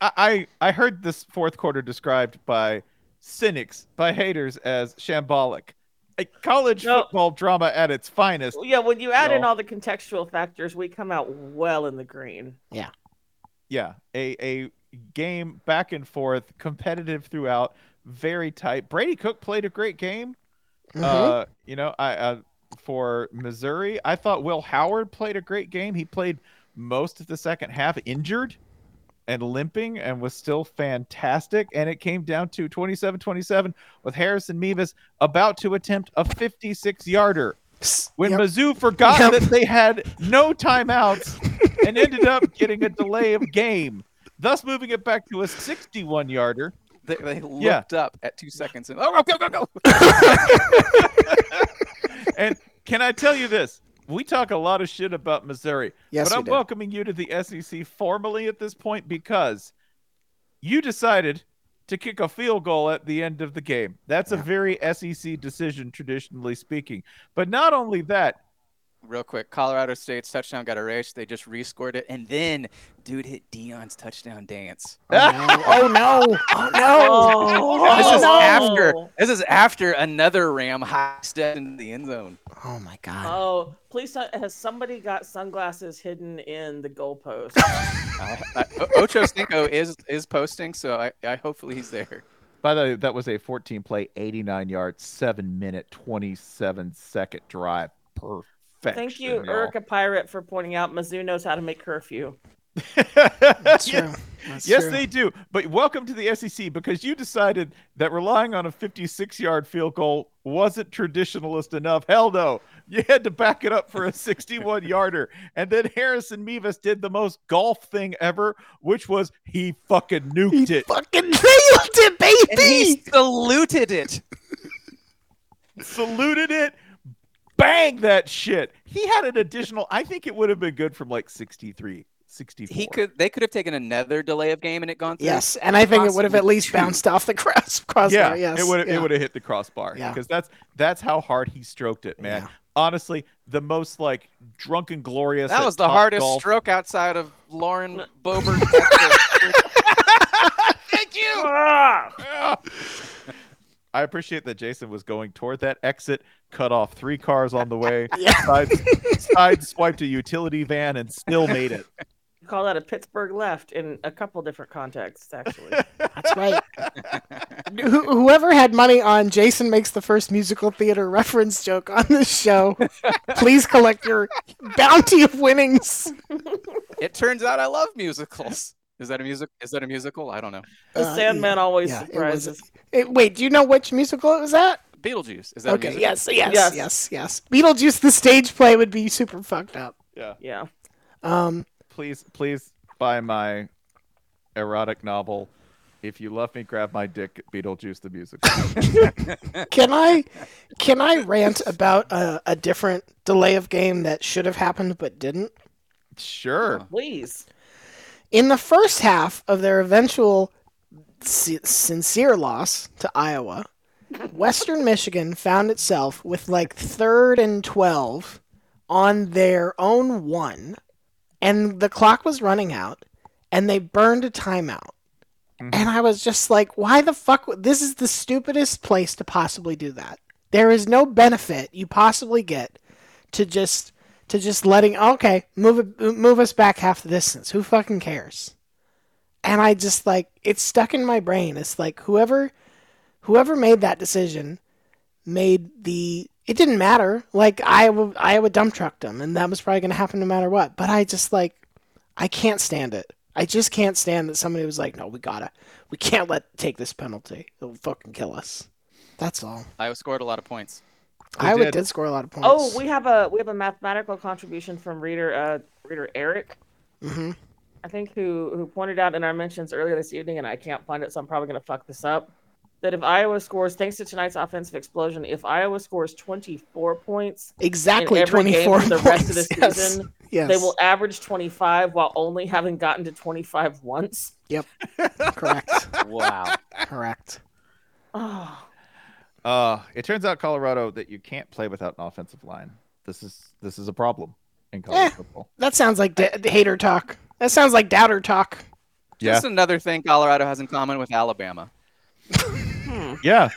Speaker 2: I, I I heard this fourth quarter described by cynics by haters as shambolic, a college
Speaker 4: No.
Speaker 2: football drama at its finest.
Speaker 4: Well, Yeah, when you add in
Speaker 2: No.
Speaker 4: all the contextual factors, we come out well in the green.
Speaker 2: Yeah, a a game back and forth, competitive throughout, very tight. Brady Cook played a great game.
Speaker 3: Mhm.
Speaker 2: Uh, you know, I uh, for Missouri, I thought Will Howard played a great game. He played most of the second half injured and limping and was still fantastic. And it came down to 27 27 with Harrison Mevis about to attempt a 56 yarder
Speaker 3: Psst.
Speaker 2: when
Speaker 3: Yep.
Speaker 2: Mizzou forgot
Speaker 3: Yep.
Speaker 2: that they had no timeouts and ended up getting a delay of game, thus moving it back to a 61 yarder.
Speaker 5: They, they looked
Speaker 2: Yeah.
Speaker 5: up at two seconds and oh go go go.
Speaker 2: And can I tell you this? We talk a lot of shit about Missouri.
Speaker 3: yes,
Speaker 2: but
Speaker 3: we
Speaker 2: I'm
Speaker 3: did.
Speaker 2: welcoming you to the SEC formally at this point because you decided to kick a field goal at the end of the game. That's a
Speaker 3: Yeah.
Speaker 2: very SEC decision, traditionally speaking. But not only that,
Speaker 5: Real quick, Colorado State's touchdown got erased. They just rescored it, and then dude hit Dion's touchdown dance.
Speaker 3: Oh, no. Oh, no.
Speaker 4: Oh,
Speaker 5: This is
Speaker 3: Oh.
Speaker 5: after. This is after another Ram high step into the end zone.
Speaker 3: Oh, my
Speaker 2: Uh,
Speaker 3: God.
Speaker 4: Oh, please! don't- Has somebody got sunglasses hidden in the goalpost?
Speaker 5: I, I, Uh, O- Ocho Cinco is is posting, so I, I hopefully he's there.
Speaker 2: by the way, that was a 14 play, 89 yard, 7 minute, 27 second drive. Perfect.
Speaker 4: Thank you, Erica Pirate, for pointing out Mizzou knows how to make curfew.
Speaker 3: That's true. That's
Speaker 2: Yes,
Speaker 3: true.
Speaker 2: they do. But welcome to the SEC because you decided that relying on a 56 yard field goal wasn't traditionalist enough. Hell no. You had to back it up for a 61 yarder. And then Harrison Mevis did the most golf thing ever, which was he fucking nuked it.
Speaker 3: fucking nailed it,
Speaker 5: And he saluted it.
Speaker 2: saluted it, bang that shit. He had an additional, I think it would have been good from like 63, 64.
Speaker 5: He could. They could have taken another delay of game and it gone through.
Speaker 3: Yes, and I think it would have at
Speaker 5: Possibly
Speaker 3: least bounced off the cross.
Speaker 2: yeah,
Speaker 3: crossbar, yes,
Speaker 2: it would
Speaker 3: yeah.
Speaker 2: it would have hit the crossbar
Speaker 3: Yeah.
Speaker 2: because that's that's how hard he stroked it, man.
Speaker 3: Yeah.
Speaker 2: Honestly, the most like drunken glorious.
Speaker 5: That
Speaker 2: at
Speaker 5: was the
Speaker 2: Top
Speaker 5: hardest
Speaker 2: Golf.
Speaker 5: stroke outside of Lauren Boebert.
Speaker 4: Ah!
Speaker 2: I appreciate that Jason was going toward that exit, cut off three cars on the way,
Speaker 3: Yeah.
Speaker 2: side, side swiped a utility van, and still made it.
Speaker 4: You call that a Pittsburgh left in a couple different contexts, actually.
Speaker 3: That's right. Who- whoever had money on Jason makes the first musical theater reference joke on this show, please collect your bounty of winnings.
Speaker 5: it turns out I love musicals. Is that a music? Is that a musical? I don't know.
Speaker 4: The
Speaker 3: Uh,
Speaker 4: Sandman always
Speaker 3: yeah, it was-
Speaker 4: surprises.
Speaker 3: It- wait, do you know which musical it was at?
Speaker 5: Beetlejuice. Is that a
Speaker 3: Okay,
Speaker 5: musical?
Speaker 3: yes, yes, yes,
Speaker 4: Yes.
Speaker 3: yes, Beetlejuice, the stage play would be super fucked up.
Speaker 2: Yeah.
Speaker 4: Yeah.
Speaker 3: Um,
Speaker 2: Please, please buy my erotic novel, If you love me, grab my dick. Beetlejuice the music.
Speaker 3: Can I can I rant about a, a different delay of game that should have happened but didn't?
Speaker 2: sure.
Speaker 4: Please.
Speaker 3: In the first half of their eventual si- sincere loss to Iowa, Western Michigan found itself with like third and 12 on their own one, and the clock was running out, and they burned a timeout.
Speaker 2: Mhm.
Speaker 3: And I was just like, why the fuck? w- This is the stupidest place to possibly do that. There is no benefit you possibly get to just to just letting okay move it- move us back half the distance. Who fucking cares? And I just like it's stuck in my brain. It's like whoever whoever made that decision made the it didn't matter. Like Iowa Iowa dump trucked them, and that was probably going to happen no matter what. But I just like I can't stand it. I just can't stand that somebody was like, "No, we gotta, we can't let take this penalty. It'll fucking kill us." That's all.
Speaker 5: Iowa scored a lot of points.
Speaker 2: They
Speaker 3: Iowa
Speaker 2: did.
Speaker 3: did. score a lot of points.
Speaker 4: Oh, we have a we have a mathematical contribution from reader uh reader Eric,
Speaker 3: hmm
Speaker 4: I think who who pointed out in our mentions earlier this evening, and I can't find it, so I'm probably gonna fuck this up. That if Iowa scores, thanks to tonight's offensive explosion, if Iowa scores 24 points
Speaker 3: Exactly
Speaker 4: in every
Speaker 3: twenty four
Speaker 4: game for the rest of the
Speaker 3: yes.
Speaker 4: season,
Speaker 3: Yes.
Speaker 4: they will average 25 while only having gotten to 25 once.
Speaker 3: correct.
Speaker 5: Wow.
Speaker 3: correct.
Speaker 4: Oh,
Speaker 2: Uh, it turns out Colorado that you can't play without an offensive line. This is this is a problem in college
Speaker 3: Eh.
Speaker 2: football.
Speaker 3: That sounds like da- hater talk. That sounds like doubter talk.
Speaker 2: Yeah,
Speaker 5: That's another thing Colorado has in common with Alabama.
Speaker 2: yeah,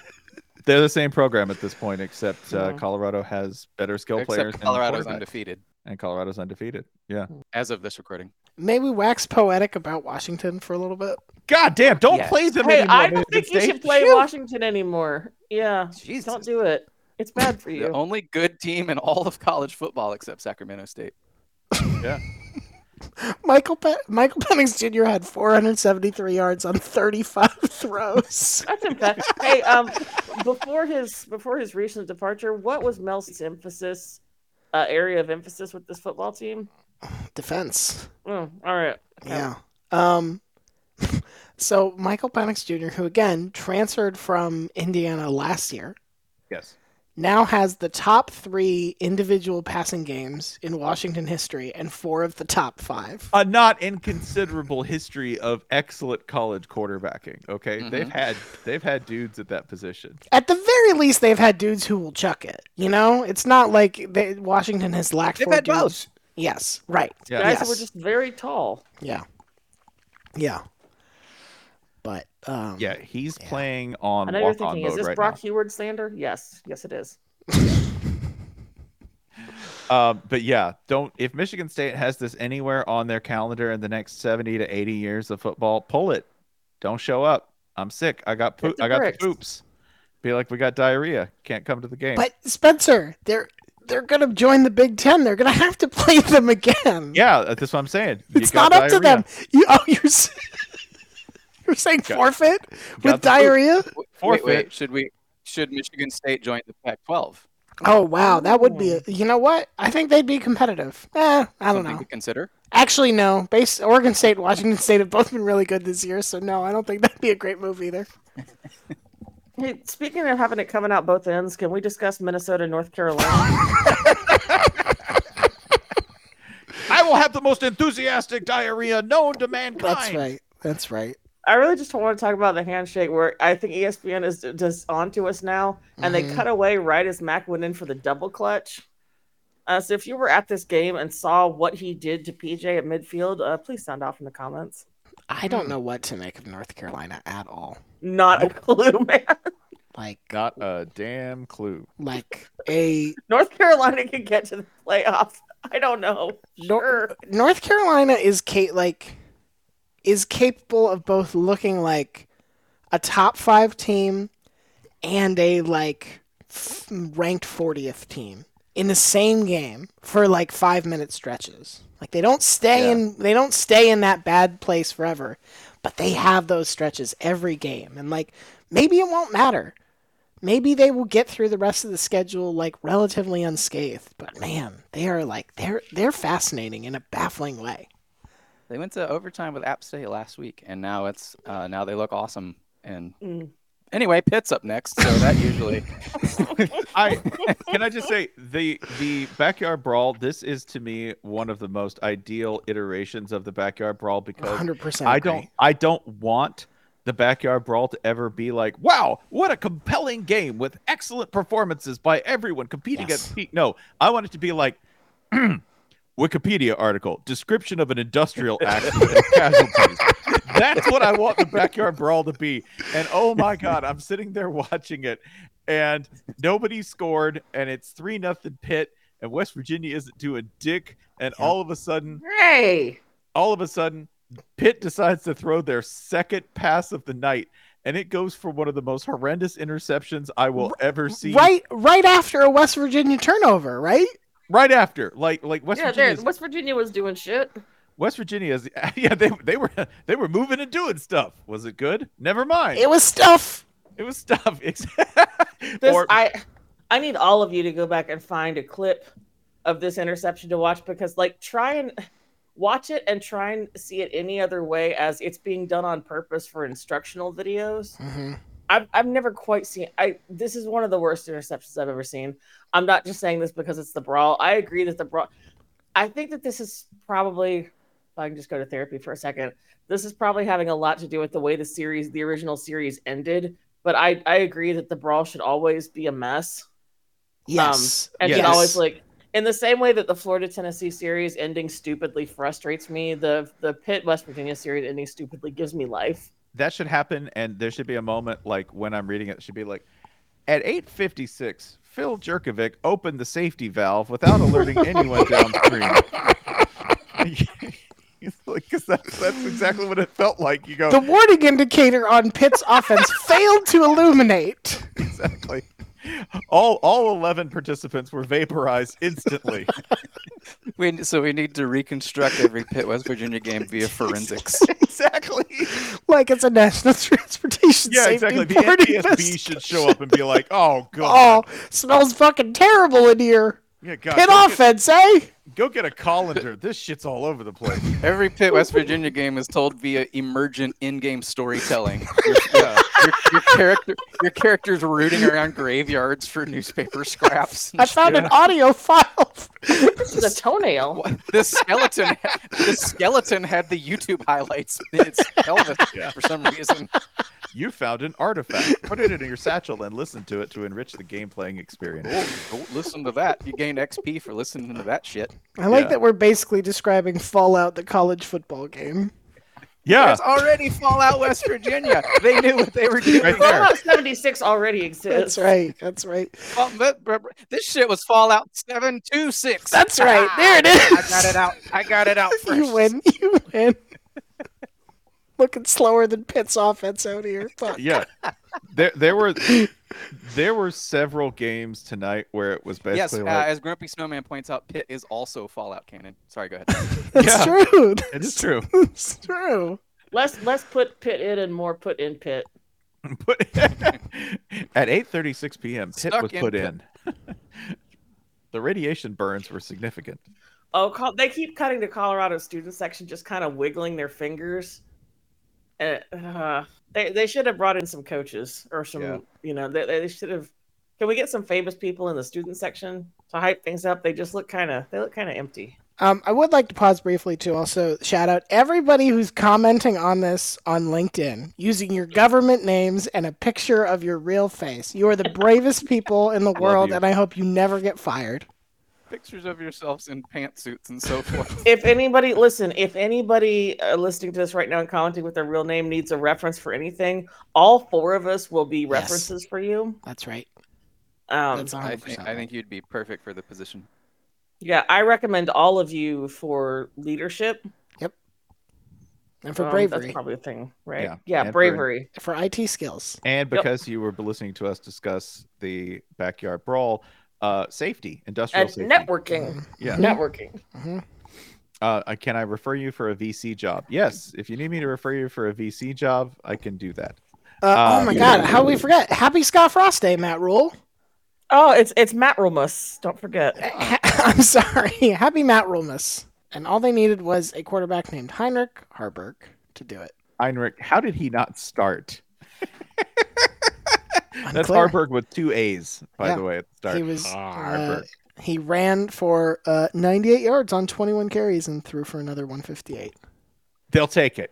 Speaker 2: they're the same program at this point, except uh,
Speaker 4: Mhm.
Speaker 2: Colorado has better skill players.
Speaker 5: Except
Speaker 2: than
Speaker 5: Colorado's
Speaker 2: quarterback,
Speaker 5: undefeated
Speaker 2: and Colorado's undefeated. Yeah.
Speaker 4: Hmm.
Speaker 5: as of this recording.
Speaker 3: May we wax poetic about Washington for a little bit?
Speaker 2: God damn! Don't
Speaker 5: Yes.
Speaker 2: play them
Speaker 4: hey,
Speaker 2: anymore.
Speaker 4: I don't think you
Speaker 2: Michigan
Speaker 4: should
Speaker 2: State.
Speaker 4: play
Speaker 2: Shoot.
Speaker 4: Washington anymore. Yeah,
Speaker 5: Jesus.
Speaker 4: don't do it. It's bad for
Speaker 5: The
Speaker 4: you.
Speaker 5: only good team in all of college football except Sacramento State.
Speaker 3: Michael Pe- Michael Penix Jr. had 473 yards on 35 throws.
Speaker 4: That's impressive. hey, um, before his before his recent departure, what was Mel's emphasis uh, area of emphasis with this football team?
Speaker 3: Defense.
Speaker 4: Mm, all right. Okay.
Speaker 3: Yeah. Um. So Michael Penix Jr., who again transferred from Indiana last year,
Speaker 2: Yes.
Speaker 3: now has the top three individual passing games in Washington history and four of the top five.
Speaker 2: A not inconsiderable history of excellent college quarterbacking. Okay,
Speaker 4: Mm-hmm.
Speaker 5: Mhm.
Speaker 2: they've had they've had dudes at that position.
Speaker 3: At the very least, they've had dudes who will chuck it. You know, it's not like they, Washington has lacked
Speaker 5: They've
Speaker 3: for
Speaker 5: had
Speaker 3: dudes.
Speaker 5: both.
Speaker 3: Yes, right.
Speaker 2: Yeah.
Speaker 4: Guys
Speaker 3: Yes.
Speaker 4: were just very tall.
Speaker 3: Yeah, yeah. But um,
Speaker 2: Yeah, he's
Speaker 3: Yeah.
Speaker 2: playing on
Speaker 4: I know you're
Speaker 2: walk-on
Speaker 4: thinking, is
Speaker 2: mode
Speaker 4: this
Speaker 2: right now.
Speaker 4: Brock Heward slander? Yes, yes, it is.
Speaker 2: Um, but yeah, don't if Michigan State has this anywhere on their calendar in the next seventy to eighty years of football, pull it. Don't show up. I'm sick. I got
Speaker 4: Hit
Speaker 2: poop.
Speaker 4: the
Speaker 2: I got
Speaker 4: bricks.
Speaker 2: the poops. Be like, we got diarrhea. Can't come to the game.
Speaker 3: but Spencer, they're they're gonna join the Big Ten. They're gonna have to play them again.
Speaker 2: yeah, that's what I'm saying. You
Speaker 3: it's
Speaker 2: got
Speaker 3: not up to
Speaker 2: diarrhea.
Speaker 3: them. You, oh, you're s- you're saying
Speaker 2: Got-
Speaker 3: forfeit
Speaker 2: You got
Speaker 3: with
Speaker 2: the poop.
Speaker 3: diarrhea?
Speaker 5: Wait,
Speaker 2: Forfeit.
Speaker 5: wait, should we should Michigan State join the Pac-12?
Speaker 3: Oh wow, that would be. A, you know what? I think they'd be competitive. Eh, I don't
Speaker 5: Something
Speaker 3: know.
Speaker 5: to consider.
Speaker 3: Actually, no. Based Oregon State, and Washington State have both been really good this year, so no, I don't think that'd be a great move either.
Speaker 4: Hey, speaking of having it coming out both ends, can we discuss Minnesota, and North Carolina?
Speaker 2: I will have the most enthusiastic diarrhea known to mankind.
Speaker 3: That's right. That's right.
Speaker 4: I really just want to talk about the handshake where I think E ESPN is just onto us now, and they
Speaker 3: Mhm.
Speaker 4: cut away right as Mac went in for the double clutch. Uh, so if you were at this game and saw what he did to PJ at midfield, uh, please sound off in the comments.
Speaker 3: I don't know what to make of North Carolina at all.
Speaker 4: Not a clue, man.
Speaker 3: Like,
Speaker 2: Not a damn clue.
Speaker 3: like a
Speaker 4: North Carolina can get to the playoffs. I don't know.
Speaker 3: Nor-
Speaker 4: Sure.
Speaker 3: North Carolina is ca- like is capable of both looking like a top five team and a like f- ranked 40th team in the same game for like five minute stretches like they don't stay
Speaker 2: Yeah.
Speaker 3: in they don't stay in that bad place forever but they have those stretches every game and like maybe it won't matter maybe they will get through the rest of the schedule like relatively unscathed but man they are like they're they're fascinating in a baffling way
Speaker 5: They went to overtime with App State last week, and now it's uh, now they look awesome. And
Speaker 4: Mm.
Speaker 5: anyway, Pitt's up next, so that usually
Speaker 2: I can I just say the the backyard brawl. This is to me one of the most ideal iterations of the backyard brawl because
Speaker 3: 100%.
Speaker 2: I
Speaker 3: agree.
Speaker 2: don't I don't want the backyard brawl to ever be like, wow, what a compelling game with excellent performances by everyone competing
Speaker 3: Yes.
Speaker 2: at peak. No, I want it to be like Wikipedia article, description of an industrial accident and casualties. That's what I want the backyard brawl to be. And oh my god, I'm sitting there watching it and nobody scored and it's 3 nothing pit and West Virginia isn't doing dick and all of a sudden
Speaker 4: Hey,
Speaker 2: all of a sudden, Pitt decides to throw their second pass of the night, and it goes for one of the most horrendous interceptions I will ever see.
Speaker 3: Right, right after a West Virginia turnover, right?
Speaker 2: right after, like, like West
Speaker 4: yeah, there.
Speaker 2: Virginia's-
Speaker 4: West Virginia was doing shit.
Speaker 2: West Virginia is, yeah, they they were they were moving and doing stuff. Was it good? Never mind. It,
Speaker 3: It was stuff.
Speaker 2: was stuff. Ex-
Speaker 4: This
Speaker 2: or
Speaker 4: I I need all of you to go back and find a clip of this interception to watch because like try and watch it and try and see it any other way as it's being done on purpose for instructional videos.
Speaker 3: Mm-hmm.
Speaker 4: I've I've never quite seen I this is one of the worst interceptions I've ever seen. I'm not just saying this because it's the brawl. I agree that the brawl I think that this is probably if I can just go to therapy for a second. This is probably having a lot to do with the way the series, the original series ended. But I, I agree that the brawl should always be a mess.
Speaker 3: Yes,
Speaker 2: Um,
Speaker 4: And
Speaker 3: yes.
Speaker 4: should always like in the same way that the Florida Tennessee series ending stupidly frustrates me, the the Pitt West Virginia series ending stupidly gives me life.
Speaker 2: that should happen, and there should be a moment like when I'm reading it, it should be like, at 8:56, Phil Jerkovic opened the safety valve without alerting anyone downstream. Because that's, that's exactly what it felt like. You go
Speaker 3: the warning indicator on Pitt's offense failed to illuminate.
Speaker 2: exactly. All all 11 participants were vaporized instantly.
Speaker 5: we so we need to reconstruct every Pitt West Virginia game via forensics.
Speaker 2: exactly.
Speaker 3: Like it's a national transportation
Speaker 2: Yeah,
Speaker 3: safety
Speaker 2: exactly. The
Speaker 3: board
Speaker 2: NTSB should show up and be like, "Oh
Speaker 3: Oh,
Speaker 2: god,
Speaker 3: smells fucking terrible in here.
Speaker 2: yeah, god,
Speaker 3: Pit
Speaker 2: go, get,
Speaker 3: offense, eh?
Speaker 2: go get a colander. This shit's all over the place."
Speaker 5: Every Pitt West Virginia game is told via emergent in-game storytelling. Your, uh, your, your character, your characters rooting around graveyards for newspaper scraps. and
Speaker 3: I found
Speaker 5: shit.
Speaker 3: an audio file.
Speaker 4: This is a toenail.
Speaker 5: What? The skeleton, the skeleton had the YouTube highlights in its pelvis for some reason.
Speaker 2: You found an artifact. Put it in your satchel and listen to it to enrich the game playing experience.
Speaker 5: Oh, don't listen to that. You gained XP for listening to that shit.
Speaker 3: I like
Speaker 2: Yeah.
Speaker 3: that we're basically describing Fallout, the college football game.
Speaker 2: Yeah,
Speaker 5: There's already Fallout West Virginia. They knew what they were doing.
Speaker 2: right there.
Speaker 4: Fallout 76 already exists.
Speaker 3: That's right. That's right.
Speaker 5: Well, um, but- but- but This shit was Fallout 726.
Speaker 3: That's right. There it is.
Speaker 5: Ah, I got it out. I got it out first.
Speaker 3: You win. You win. Looking slower than Pitt's offense out here. Fuck.
Speaker 2: yeah. There, there were, there were several games tonight where it was
Speaker 5: Yes,
Speaker 2: basically
Speaker 5: uh,
Speaker 2: like,
Speaker 5: as Grumpy Snowman points out, Pitt is also Fallout canon. Sorry, go ahead.
Speaker 3: That's
Speaker 2: yeah,
Speaker 3: true.
Speaker 2: it is true.
Speaker 3: That's true.
Speaker 4: Let's let's put Pitt in and more put in Pitt.
Speaker 2: But at 8:36 p.m., Pitt
Speaker 5: Stuck
Speaker 2: was
Speaker 5: in
Speaker 2: put
Speaker 5: Pitt.
Speaker 2: in. the radiation burns were significant.
Speaker 4: Oh, Col- they keep cutting to Colorado student section, just kind of wiggling their fingers. Uh, uh, they they should have brought in some coaches or some,
Speaker 2: Yeah.
Speaker 4: you know, they, they should have. Can we get some famous people in the student section to hype things up? They just look kind of they look kind of empty.
Speaker 3: Um, I would like to pause briefly to also shout out everybody who's commenting on this on LinkedIn using your government names and a picture of your real face. You are the bravest people in the world,
Speaker 2: you.
Speaker 3: and I hope you never get fired.
Speaker 5: Pictures of yourselves in pantsuits and so forth.
Speaker 4: If anybody listen, if anybody uh, listening to this right now and commenting with their real name needs a reference for anything, all four of us will be references for you.
Speaker 3: That's right.
Speaker 4: Um,
Speaker 3: That's
Speaker 5: I
Speaker 3: 100%.
Speaker 5: think, I think you'd be perfect for the position.
Speaker 4: yeah, I recommend all of you for leadership.
Speaker 3: and for
Speaker 4: Um,
Speaker 3: bravery,
Speaker 4: That's probably a thing, right?
Speaker 2: Yeah,
Speaker 4: Yeah,
Speaker 2: and for-
Speaker 4: bravery.
Speaker 3: for IT skills.
Speaker 2: And
Speaker 4: Yep.
Speaker 2: because you were listening to us discuss the backyard brawl, uh, safety, industrial
Speaker 4: And
Speaker 2: safety.
Speaker 4: networking.
Speaker 2: Yeah.
Speaker 4: Networking.
Speaker 2: Uh, I- can I refer you for a VC job? Yes. If you need me to refer you for a VC job, I can do that.
Speaker 3: Uh,
Speaker 2: Uh,
Speaker 3: oh my God! How we forget? Happy Scott Frost Day, Matt Rule.
Speaker 4: Oh, it's it's Matt Romus. Don't forget.
Speaker 3: I'm sorry. Happy Matt Rulemas. and all they needed was a quarterback named Heinrich Harburg to do it.
Speaker 2: Heinrich, how did he not start? That's
Speaker 3: Unclear.
Speaker 2: Harburg with two A's, by
Speaker 3: Yeah.
Speaker 2: the way, at the start.
Speaker 3: He was uh,
Speaker 2: Harburg.
Speaker 3: he ran for uh, 98 yards on 21 carries and threw for another 158.
Speaker 2: They'll take it.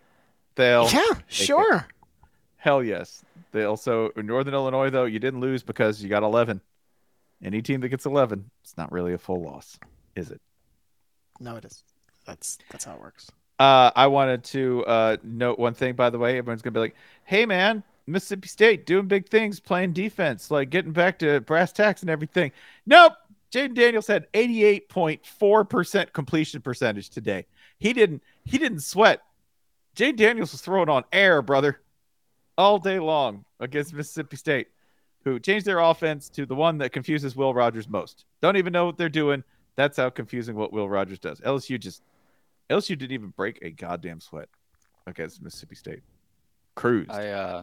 Speaker 2: They'll
Speaker 3: yeah, sure.
Speaker 2: hell yes. They also in Northern Illinois though, you didn't lose because you got eleven. Any team that gets eleven, it's not really a full loss, is it?
Speaker 3: No, it is. That's that's how it works.
Speaker 2: Uh, I wanted to uh, note one thing, by the way. Everyone's gonna be like, "Hey, man, Mississippi State doing big things, playing defense, like getting back to brass tacks and everything." Nope. Jaden Daniels had eighty-eight point four percent completion percentage today. He didn't. He didn't sweat. Jaden Daniels was throwing on air, brother, all day long against Mississippi State, who changed their offense to the one that confuses Will Rogers most. Don't even know what they're doing. That's how confusing what Will Rogers does. LSU just LSU didn't even break a goddamn sweat against Mississippi State. Cruise.
Speaker 5: I uh,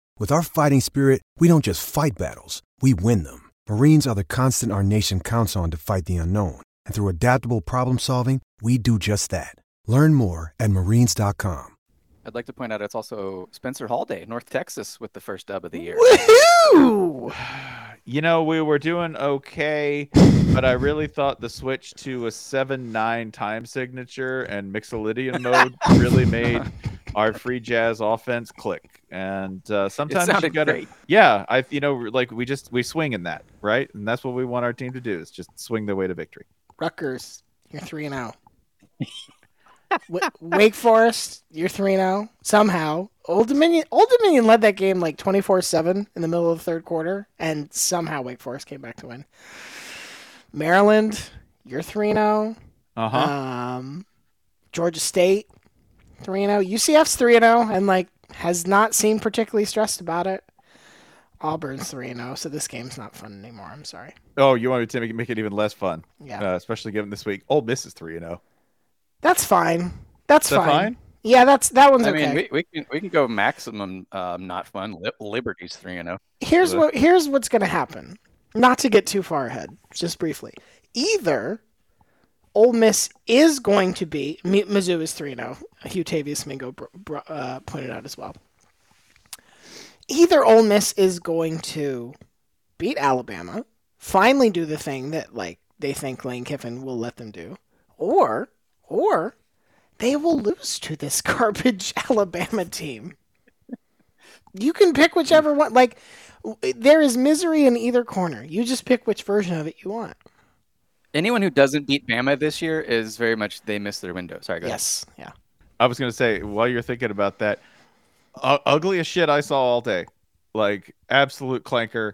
Speaker 6: With our fighting spirit, we don't just fight battles, we win them. Marines are the constant our nation counts on to fight the unknown, and through adaptable problem solving, we do just that. Learn more at marines.com.
Speaker 5: I'd like to point out it's also Spencer Hall Day, North Texas, with the first dub of the year.
Speaker 3: Woohoo!
Speaker 2: you know, we were doing okay, but I really thought the switch to a 7 9 time signature and Mixolydian mode really made our free jazz offense click. And uh, sometimes you
Speaker 5: sounded
Speaker 2: gotta,
Speaker 5: great.
Speaker 2: yeah, I, you know, like we just, we swing in that, right? And that's what we want our team to do is just swing their way to victory.
Speaker 3: Rutgers, you're three and zero. W- Wake Forest, you're three and zero somehow. Old Dominion, Old Dominion led that game like twenty four seven in the middle of the third quarter, and somehow Wake Forest came back to win. Maryland, you're three and zero.
Speaker 2: Uh huh.
Speaker 3: Um, Georgia State, three and oh. zero. UCF's three and zero, and like has not seemed particularly stressed about it. Auburn's three and zero, so this game's not fun anymore. I'm sorry.
Speaker 2: oh, you want me to make, make it even less fun,
Speaker 3: Yeah,
Speaker 2: uh, especially given this week. Ole Miss is oh. 3 0.
Speaker 3: that's fine. That's
Speaker 2: Is that
Speaker 3: fine.
Speaker 2: fine?
Speaker 3: Yeah, that's that one's
Speaker 5: I
Speaker 3: okay.
Speaker 5: mean, we, we can we can go maximum um, not fun. Li- Liberty's three and zero.
Speaker 3: here's
Speaker 2: Ugh.
Speaker 3: what here's what's going to happen. Not to get too far ahead, just briefly. Either Ole Miss is going to be Mi- Mizzou is three zero. Hugh Tavius Mingo br- br- uh, pointed out as well. Either Ole Miss is going to beat Alabama, finally do the thing that like they think Lane Kiffin will let them do, or or they will lose to this garbage Alabama team. You can pick whichever one. Like, w- eh, there is misery in either corner. You just pick which version of it you want.
Speaker 5: Anyone who doesn't beat Bama this year is very much they missed their window. Sorry, go ahead.
Speaker 3: Yes. Yeah.
Speaker 2: I was gonna say while you're thinking about that, uh, ugliest shit I saw all day, like absolute clanker.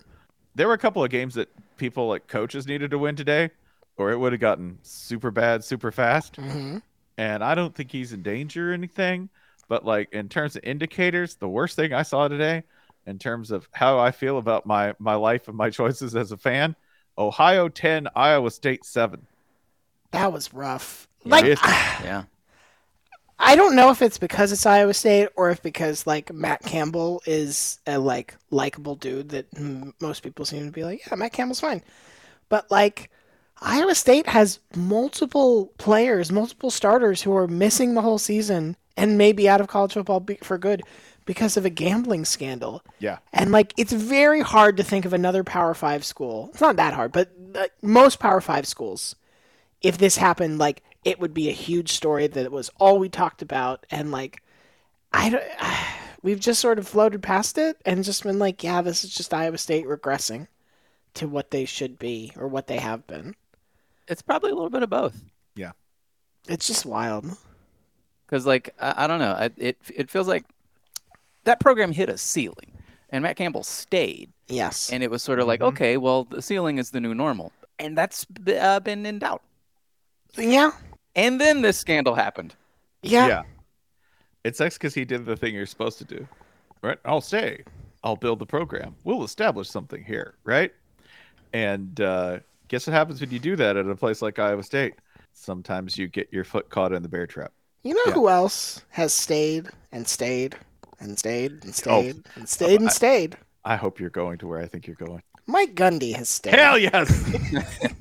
Speaker 2: There were a couple of games that people like coaches needed to win today, or it would have gotten super bad super fast.
Speaker 3: hmm
Speaker 2: And I don't think he's in danger or anything, but like in terms of indicators, the worst thing I saw today, in terms of how I feel about my my life and my choices as a fan, Ohio ten, Iowa State seven.
Speaker 3: That was rough.
Speaker 5: Yeah.
Speaker 3: Like, ah,
Speaker 2: Yes.
Speaker 5: Yeah.
Speaker 3: I don't know if it's because it's Iowa State or if because like Matt Campbell is a like likable dude that mm, most people seem to be like, yeah, Matt Campbell's fine. But like Iowa State has multiple players, multiple starters who are missing the whole season and may be out of college football be- for good because of a gambling scandal.
Speaker 2: Yeah.
Speaker 3: And like it's very hard to think of another Power 5 school. It's not that hard, but like, most Power 5 schools if this happened, like it would be a huge story that it was all we talked about, and like I don't, we've just sort of floated past it and just been like, yeah, this is just Iowa State regressing to what they should be or what they have been.
Speaker 5: It's probably a little bit of both.
Speaker 3: It's just wild.
Speaker 5: because like I, I don't know I, it it feels like that program hit a ceiling and matt campbell stayed
Speaker 3: Yes.
Speaker 5: and it was sort of
Speaker 2: Mm-hmm.
Speaker 5: like okay well the ceiling is the new normal and that's b- uh, been in doubt
Speaker 3: yeah.
Speaker 5: and then this scandal happened
Speaker 3: Yeah.
Speaker 2: It sucks because he did the thing you're supposed to do. Right? I'll stay. I'll build the program. We'll establish something here, right? And uh, guess what happens when you do that at a place like Iowa State? Sometimes you get your foot caught in the bear trap.
Speaker 3: You know
Speaker 2: Yeah.
Speaker 3: who else has stayed and stayed and stayed and stayed and stayed and stayed?
Speaker 2: Oh, I hope you're going to where I think you're going.
Speaker 3: Mike Gundy has stayed.
Speaker 2: Hell yes!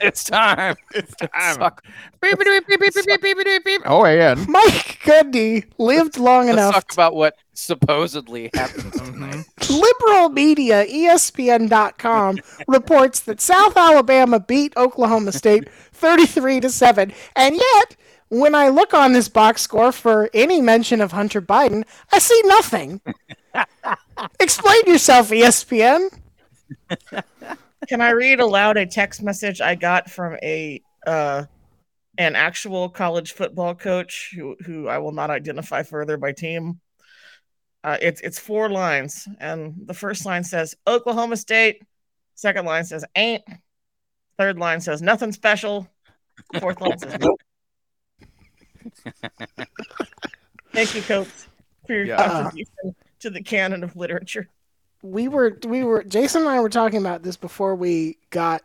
Speaker 5: it's time it's time suck, beep, beep, beep, beep, beep, beep, beep, beep, beep.
Speaker 2: Oh, and
Speaker 3: Mike Gundy lived long
Speaker 5: Let's
Speaker 3: enough.
Speaker 5: talk about what supposedly happened tonight.
Speaker 3: Liberal media, E ESPN.com, reports that South Alabama beat Oklahoma State 33 to 7. And yet, when I look on this box score for any mention of Hunter Biden, I see nothing. Explain yourself, E ESPN.
Speaker 4: Can I read aloud a text message I got from a uh an actual college football coach who who I will not identify further by team? Uh, it's it's four lines, and the first line says Oklahoma State, second line says ain't, third line says nothing special, fourth line says nope. Thank you, coach, for your
Speaker 2: Yeah.
Speaker 4: contribution to the canon of literature.
Speaker 3: we were we were Jason and I were talking about this before we got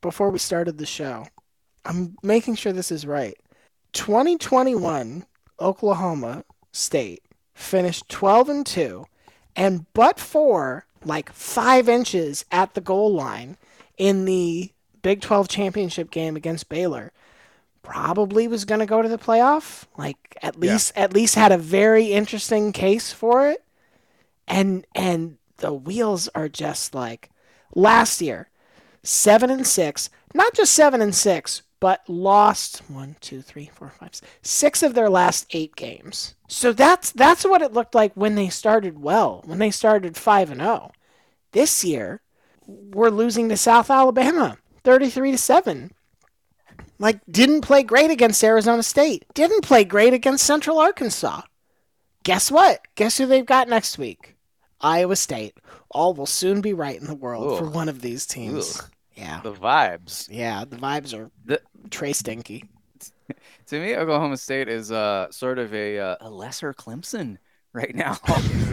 Speaker 3: before we started the show. I'm making sure this is right. 2021 Oklahoma State finished 12 and 2 and but for like 5 inches at the goal line in the Big 12 championship game against Baylor probably was going to go to the playoff like at least at least had a very interesting case for it and and the wheels are just like last year seven and six not just seven and six but lost one two three four five s- six of their last eight games so that's that's what it looked like when they started well when they started five and oh this year we're losing to south alabama 33 to 7 like didn't play great against arizona state didn't play great against central arkansas guess what? Guess who they've got next week? Iowa State. All will soon be right in the world for
Speaker 5: Ugh.
Speaker 3: one of these teams. Yeah.
Speaker 5: The vibes.
Speaker 3: Yeah, the vibes are
Speaker 5: The-
Speaker 3: Trey Stinky.
Speaker 5: To me, Oklahoma State is uh, sort of a, uh, a lesser Clemson right now.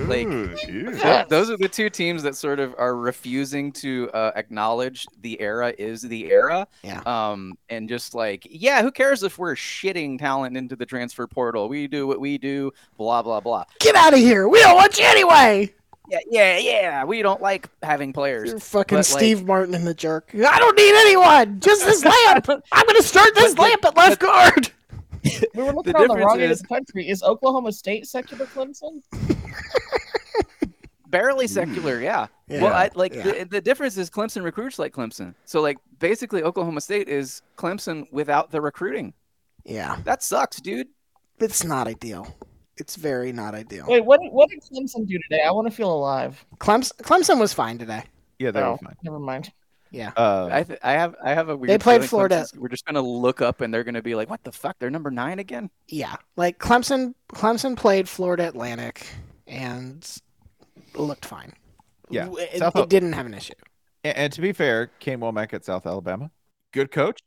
Speaker 5: like, Th- those are the two teams that sort of are refusing to uh, acknowledge the era is the era.
Speaker 3: Yeah.
Speaker 5: Um, and just like, yeah, who cares if we're shitting talent into the transfer portal? We do what we do, blah, blah, blah.
Speaker 3: Get out of here. We don't want you anyway.
Speaker 5: Yeah, yeah, yeah. We don't like having players.
Speaker 3: You're fucking
Speaker 5: But, like-
Speaker 3: Steve Martin and the jerk. I don't need anyone. Just this lamp. I'm going to start this
Speaker 5: But-
Speaker 3: lamp at left guard.
Speaker 4: We were looking
Speaker 5: The
Speaker 4: on the
Speaker 5: difference
Speaker 4: wrong end
Speaker 5: is-
Speaker 4: of the country. Is Oklahoma State secular Clemson?
Speaker 5: Barely secular, yeah.
Speaker 3: Yeah,
Speaker 5: Well, I, like
Speaker 3: yeah.
Speaker 5: the, the difference is Clemson recruits like Clemson. So, like, basically, Oklahoma State is Clemson without the recruiting.
Speaker 3: Yeah.
Speaker 5: That sucks, dude.
Speaker 3: It's not ideal. It's very not ideal.
Speaker 4: Wait, what did, what did Clemson do today? I want to feel alive.
Speaker 3: Clemson, Clemson was fine today.
Speaker 2: Yeah, they were
Speaker 4: Oh,
Speaker 2: fine.
Speaker 4: never mind.
Speaker 2: Uh,
Speaker 5: I, th- I have I have a weird.
Speaker 3: played
Speaker 5: feeling
Speaker 3: Florida.
Speaker 5: Clemson's- We're just gonna look up and they're gonna be like, "What the fuck? They're number nine again."
Speaker 3: yeah, like Clemson, Clemson played Florida Atlantic and looked fine.
Speaker 2: Yeah,
Speaker 3: W- it,
Speaker 2: South
Speaker 3: it
Speaker 2: Al-
Speaker 3: didn't have an issue.
Speaker 2: and, and to be fair, Kane Womack at South Alabama, good coach,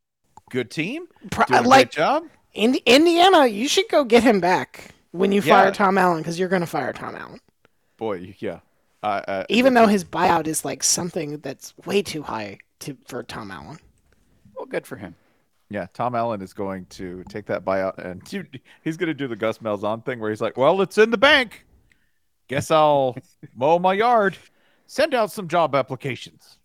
Speaker 2: good team,
Speaker 3: Pro-
Speaker 2: doing a
Speaker 3: like
Speaker 2: great job.
Speaker 3: in Indiana, you should go get him back when you
Speaker 2: Yeah.
Speaker 3: fire Tom Allen because you're going to fire Tom Allen,
Speaker 2: Boy, yeah. I, I,
Speaker 3: even though his buyout is like something that's way too high to for Tom Allen.
Speaker 5: Well, good for him.
Speaker 2: Yeah, Tom Allen is going to take that buyout and dude, he's going to do the Gus Malzahn thing where he's like, "Well, it's in the bank. Guess I'll mow my yard, send out some job applications."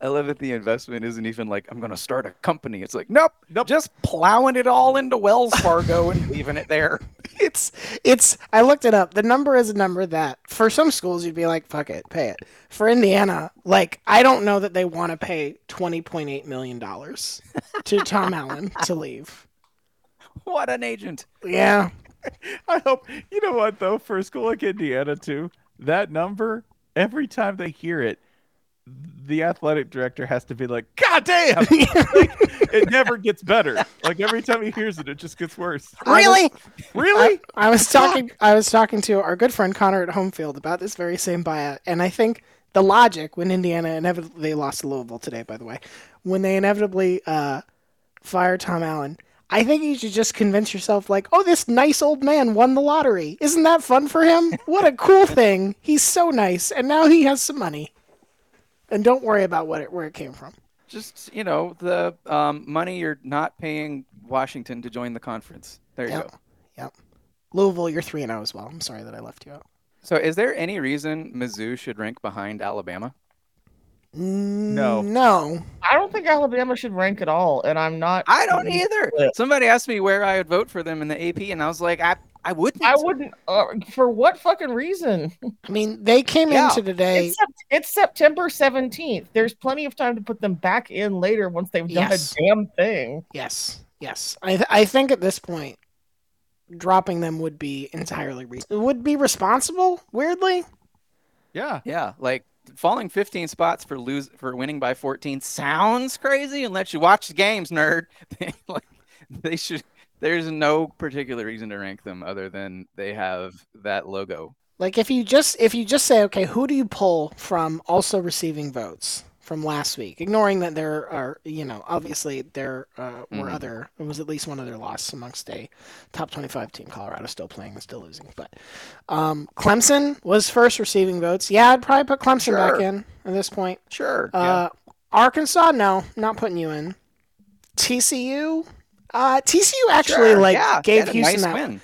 Speaker 5: I love that the investment isn't even like I'm gonna start a company. It's like, nope,
Speaker 2: Nope.
Speaker 5: just plowing it all into Wells Fargo and leaving it there.
Speaker 3: It's it's. I looked it up. The number is a number that for some schools you'd be like, fuck it, pay it. For Indiana, like I don't know that they want to pay twenty point eight million dollars to Tom Allen to leave.
Speaker 5: What an agent!
Speaker 3: Yeah,
Speaker 2: I hope you know what though for a school like Indiana too. That number every time they hear it, the athletic director has to be like, God damn! Like, it never gets better. Like every time he hears it, it just gets worse.
Speaker 3: Really?
Speaker 2: Really?
Speaker 3: I was talking I was talking to our good friend Connor at Homefield about this very same buyout, and I think the logic when Indiana inevitably they lost to Louisville today, by the way, when they inevitably uh, fire Tom Allen, I think you should just convince yourself like, oh, this nice old man won the lottery. Isn't that fun for him? What a cool thing! He's so nice, and now he has some money. And don't worry about what it, where it came from.
Speaker 5: Just you know the um, money you're not paying Washington to join the conference. There you
Speaker 3: Yep.
Speaker 5: go.
Speaker 3: Yep. Louisville, you're three and zero as well. I'm sorry that I left you out.
Speaker 5: So is there any reason Mizzou should rank behind Alabama?
Speaker 2: No.
Speaker 3: No. No.
Speaker 4: I don't think Alabama should rank at all, and I'm not.
Speaker 5: I don't either.
Speaker 4: Yeah.
Speaker 5: Somebody asked me where I would vote for them in the AP, and I was like, I I wouldn't.
Speaker 4: I wouldn't. Uh, for what fucking reason?
Speaker 3: I mean, they came
Speaker 5: Yeah.
Speaker 3: into today.
Speaker 4: It's, Sept- it's September 17th. There's plenty of time to put them back in later once they've done
Speaker 3: Yes.
Speaker 4: a damn thing.
Speaker 3: Yes. Yes. I th- I think at this point, dropping them would be entirely re- would be responsible. Weirdly,
Speaker 2: Yeah.
Speaker 5: Yeah, like falling 15 spots for lose for winning by 14 sounds crazy unless you watch the games, nerd. like they should. There's no particular reason to rank them other than they have that logo.
Speaker 3: like if you just if you just say, okay, who do you pull from also receiving votes from last week, ignoring that there are you know obviously there uh, were
Speaker 5: Mhm.
Speaker 3: other it was at least one other loss amongst a top twenty five team. Colorado still playing and still losing, but um, Clemson was first receiving votes. Yeah, I'd probably put Clemson back
Speaker 5: Sure.
Speaker 3: in at this point.
Speaker 5: Sure.
Speaker 3: Uh, Arkansas, no, not putting you in. TCU, uh, TCU actually like gave Houston that.
Speaker 5: win.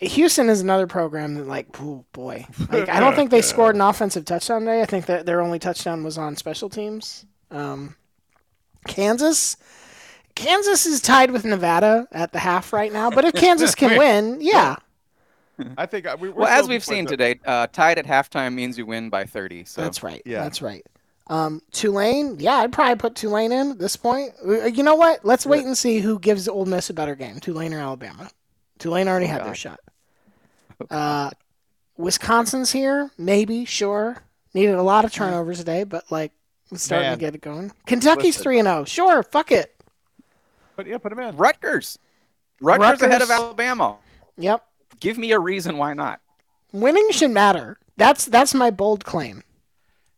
Speaker 3: Houston is another program that like, oh boy, like I don't think they scored an offensive touchdown today. I think that their only touchdown was on special teams. Um, Kansas, Kansas is tied with Nevada at the half right now. But if Kansas can win, yeah,
Speaker 2: I think I, we, we're
Speaker 5: Well, as
Speaker 2: still
Speaker 5: we've
Speaker 2: just like
Speaker 5: seen
Speaker 2: the-
Speaker 5: today, uh, tied at halftime means you win by 30. So
Speaker 3: That's right.
Speaker 2: Yeah.
Speaker 3: That's right. Um, Tulane, yeah, I'd probably put Tulane in at this point. Uh, You know what? Let's wait and see who gives Ole Miss a better game, Tulane or Alabama. Tulane already had their
Speaker 5: God.
Speaker 3: shot. Uh, Wisconsin's here, maybe, sure. Needed a lot of turnovers today, but like it's starting
Speaker 2: Man.
Speaker 3: to get it going. Kentucky's
Speaker 2: Listen.
Speaker 3: three and zero, sure. Fuck it.
Speaker 2: But yeah, put him in.
Speaker 5: Rutgers. Rutgers, ahead of
Speaker 3: Rutgers.
Speaker 5: Alabama.
Speaker 3: Yep,
Speaker 5: Give me a reason why not.
Speaker 3: winning should matter. That's that's my bold claim.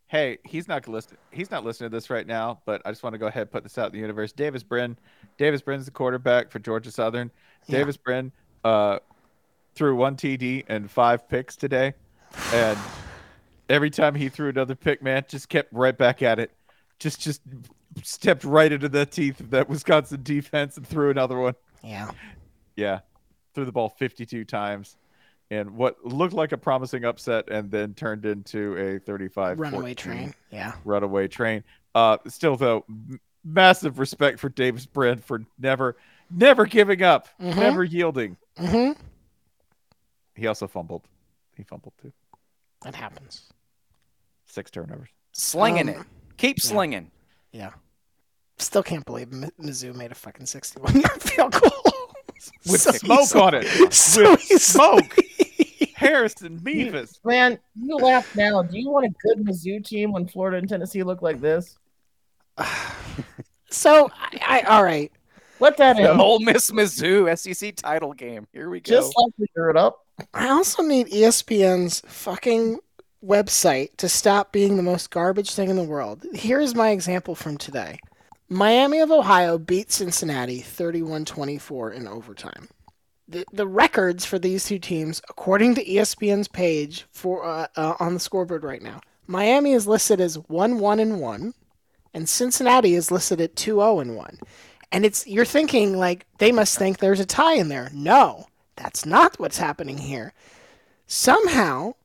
Speaker 2: Hey, he's not listening. He's not listening to this right now. But I just want to go ahead and put this out in the universe. Davis Brin, Davis Brin's the quarterback for Georgia Southern.
Speaker 3: Yeah.
Speaker 2: Davis Brin uh, threw one TD and five picks today, and every time he threw another pick, man, just kept right back at it. Just, just stepped right into the teeth of that Wisconsin defense and threw another one.
Speaker 3: Yeah,
Speaker 2: Yeah, threw the ball 52 times. And what looked like a promising upset, and then turned into a 35
Speaker 3: runaway train. Yeah.
Speaker 2: runaway train. Uh, still though, m- massive respect for Davis Brent for never, never giving up,
Speaker 3: Mhm.
Speaker 2: never yielding.
Speaker 3: Mm-hmm.
Speaker 2: He also fumbled. He fumbled too.
Speaker 3: That happens.
Speaker 2: Six turnovers.
Speaker 5: Slinging
Speaker 3: Um,
Speaker 5: it. Keep slinging.
Speaker 3: Yeah. Still can't believe M- Mizzou made a fucking 61 yard field goal.
Speaker 2: With
Speaker 3: So
Speaker 2: smoke
Speaker 3: easily.
Speaker 2: on it.
Speaker 3: So
Speaker 2: With
Speaker 3: easily.
Speaker 2: smoke. Harrison Mevis.
Speaker 4: Man, you laugh now. Do you want a good Mizzou team when Florida and Tennessee look like this?
Speaker 3: So, I, I, all right.
Speaker 4: Let that in.
Speaker 5: Ole Miss Mizzou SEC title game. Here we go.
Speaker 4: Just like we drew it up.
Speaker 3: I also need E ESPN's fucking website to stop being the most garbage thing in the world. Here's my example from today Miami of Ohio beat Cincinnati 31 24 in overtime. The, the records for these two teams, according to E ESPN's page for uh, uh, on the scoreboard right now, Miami is listed as 1 1 and 1, and Cincinnati is listed at 2 0 and 1. And it's you're thinking like they must think there's a tie in there. No, that's not what's happening here. Somehow,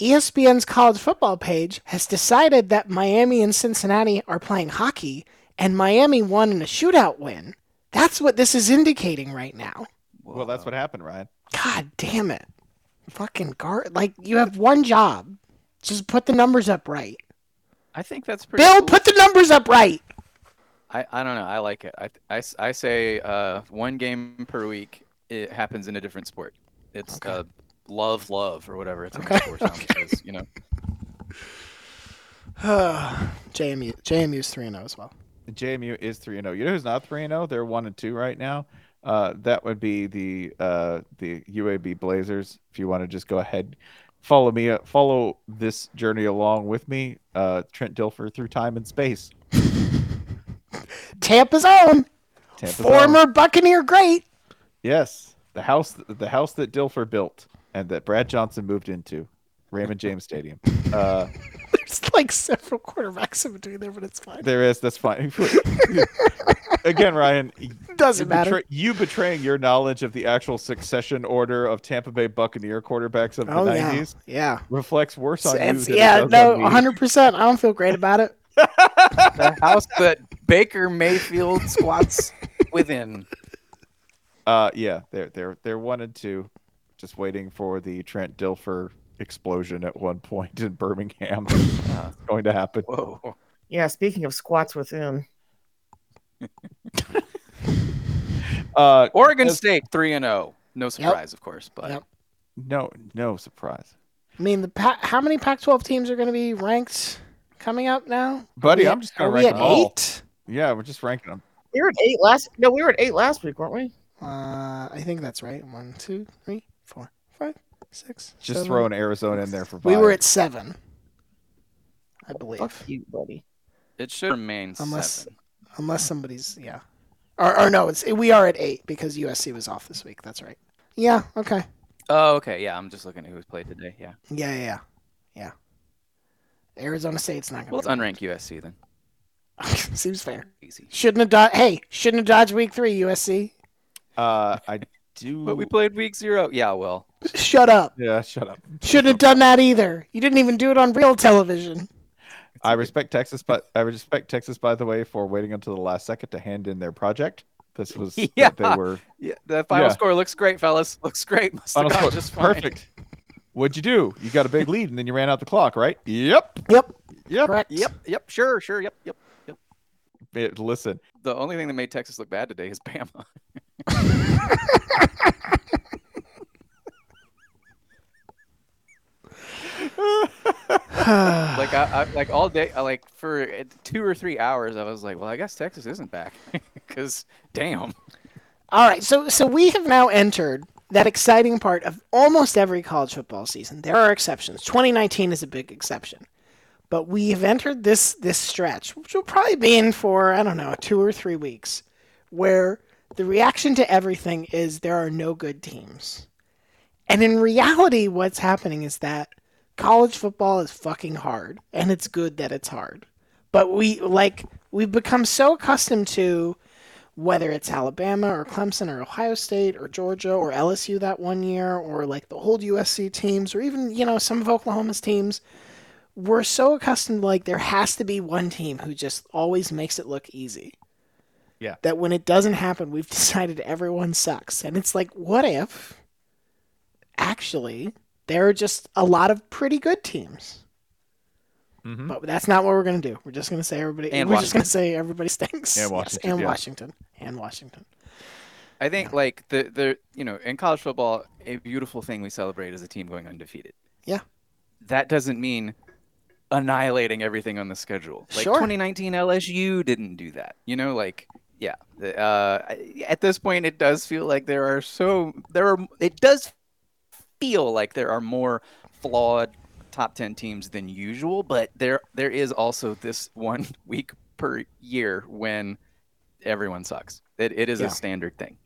Speaker 3: E ESPN's college football page has decided that Miami and Cincinnati are playing hockey and Miami won in a shootout win. That's what this is indicating right now.
Speaker 2: Well, that's what happened, Ryan.
Speaker 3: God damn it. Fucking guard like you have one job. Just put the numbers up right.
Speaker 5: I think that's pretty.
Speaker 3: Bill,
Speaker 5: cool.
Speaker 3: put the numbers up right.
Speaker 5: I, I don't know. I like it. I, th- I, s- I say uh, one game per week. It happens in a different sport. It's
Speaker 3: Okay.
Speaker 5: uh, love, love, or whatever. It's
Speaker 3: Okay.
Speaker 5: okay. sports okay. you know.
Speaker 3: JMU JMU's three and zero as well.
Speaker 2: JMU is three and zero. You know who's not three and zero? They're one and two right now. Uh, that would be the uh, the UAB Blazers. If you want to just go ahead, follow me, uh, follow this journey along with me, uh, Trent Dilfer through time and space.
Speaker 3: Tampa's own
Speaker 2: Tampa's
Speaker 3: former
Speaker 2: own.
Speaker 3: Buccaneer great.
Speaker 2: yes, the house the house that Dilfer built and that Brad Johnson moved into, Raymond James Stadium. Uh,
Speaker 3: There's like several quarterbacks in between there, but it's fine.
Speaker 2: there is that's fine. Again, Ryan,
Speaker 3: Doesn't
Speaker 2: you
Speaker 3: matter.
Speaker 2: betray- you betraying your knowledge of the actual succession order of Tampa Bay Buccaneer quarterbacks of the
Speaker 3: oh yeah,
Speaker 2: 90s
Speaker 3: yeah.
Speaker 2: reflects worse on
Speaker 3: It's-
Speaker 2: you. Than it
Speaker 3: yeah,
Speaker 2: does
Speaker 3: no,
Speaker 2: on me.
Speaker 3: 100. percent I don't feel great about it.
Speaker 5: the house that Baker Mayfield squats within.
Speaker 2: Uh, yeah, they're they're they're one and two, just waiting for the Trent Dilfer explosion at one point in Birmingham.
Speaker 3: Uh-huh.
Speaker 2: It's going to happen.
Speaker 5: Whoa.
Speaker 4: Yeah, speaking of squats within.
Speaker 2: Uh,
Speaker 5: Oregon
Speaker 2: Yes.
Speaker 5: State 3 and 0. No surprise, of course, but
Speaker 3: Yep.
Speaker 2: no, no surprise,
Speaker 3: I mean, the pa- how many Pac-12 teams are going to be ranked coming up now?
Speaker 2: buddy.
Speaker 3: Yeah,
Speaker 2: I'm just gonna
Speaker 3: are we
Speaker 2: rank
Speaker 3: at
Speaker 2: them all.
Speaker 3: eight?
Speaker 2: Yeah, we're just ranking them.
Speaker 4: We were at eight last no, we were at eight last week, weren't we?
Speaker 3: Uh, I think that's right. One, two, three, four, five, six.
Speaker 2: Just
Speaker 3: seven.
Speaker 2: throwing Arizona in there for.
Speaker 3: We were
Speaker 2: vibe.
Speaker 3: at seven, I believe,
Speaker 4: Fuck you, buddy.
Speaker 5: it should remain
Speaker 3: Unless-
Speaker 5: 7.
Speaker 3: unless somebody's yeah, or, or no, it's we are at eight because USC was off this week. That's right. Yeah. Okay.
Speaker 5: Oh, okay. Yeah, I'm just looking at who's played today. Yeah.
Speaker 3: Yeah. Yeah. Yeah. yeah. Arizona State's not going.
Speaker 5: Well, it's unranked USC then.
Speaker 3: Seems fair.
Speaker 5: Easy.
Speaker 3: Shouldn't have dodged. Hey, shouldn't have dodged week three. USC.
Speaker 2: Uh, I do.
Speaker 5: But we played week 0. Yeah, well.
Speaker 3: Shut up.
Speaker 2: yeah, shut up.
Speaker 3: Shouldn't have done that either. You didn't even do it on real television.
Speaker 2: I respect Texas, but I respect Texas, by the way, for waiting until the last second to hand in their project. This was yeah.
Speaker 5: Yeah.
Speaker 2: they were
Speaker 5: Yeah, the final
Speaker 2: Yeah.
Speaker 5: score looks great, fellas. Looks great. Must have
Speaker 2: Final
Speaker 5: gone
Speaker 2: score-
Speaker 5: just fine.
Speaker 2: perfect. What'd you do? You got a big lead, and then you ran out the clock, right? Yep,
Speaker 3: Yep.
Speaker 2: yep.
Speaker 3: Correct.
Speaker 5: Yep, yep, sure, sure, yep, yep.
Speaker 2: It- listen,
Speaker 5: The only thing that made Texas look bad today is Bama. like I, I like all day I, like for uh, two or three hours I was like, well, I guess Texas isn't back because damn.
Speaker 3: All right, so so we have now entered that exciting part of almost every college football season. There are exceptions. 2019 is a big exception. But we have entered this this stretch, which will probably be in for, I don't know, 2 or 3 weeks, where the reaction to everything is there are no good teams. And in reality, what's happening is that college football is fucking hard, and it's good that it's hard. But we like we've become so accustomed to whether it's Alabama or Clemson or Ohio State or Georgia or LSU that one year or like the old USC teams or even, you know, some of Oklahoma's teams, we're so accustomed to like there has to be one team who just always makes it look easy.
Speaker 2: Yeah.
Speaker 3: That when it doesn't happen, we've decided everyone sucks. And it's like, what if actually there are just a lot of pretty good teams?
Speaker 2: Mhm.
Speaker 3: But that's not what we're gonna do. We're just gonna say everybody.
Speaker 5: And
Speaker 3: we're just gonna say everybody stinks.
Speaker 2: And
Speaker 3: Yes,
Speaker 2: Washington,
Speaker 3: and
Speaker 2: yeah.
Speaker 3: Washington. And Washington.
Speaker 5: I think like the the you know in college football a beautiful thing we celebrate is a team going undefeated.
Speaker 3: Yeah.
Speaker 5: That doesn't mean annihilating everything on the schedule. Like
Speaker 3: Sure.
Speaker 5: 2019 LSU didn't do that. You know like yeah. the- Uh, I- at this point it does feel like there are so there are it does feel like there are more flawed top 10 teams than usual, but there there is also this one week per year when everyone sucks. It, it is
Speaker 3: Yeah.
Speaker 5: a standard thing.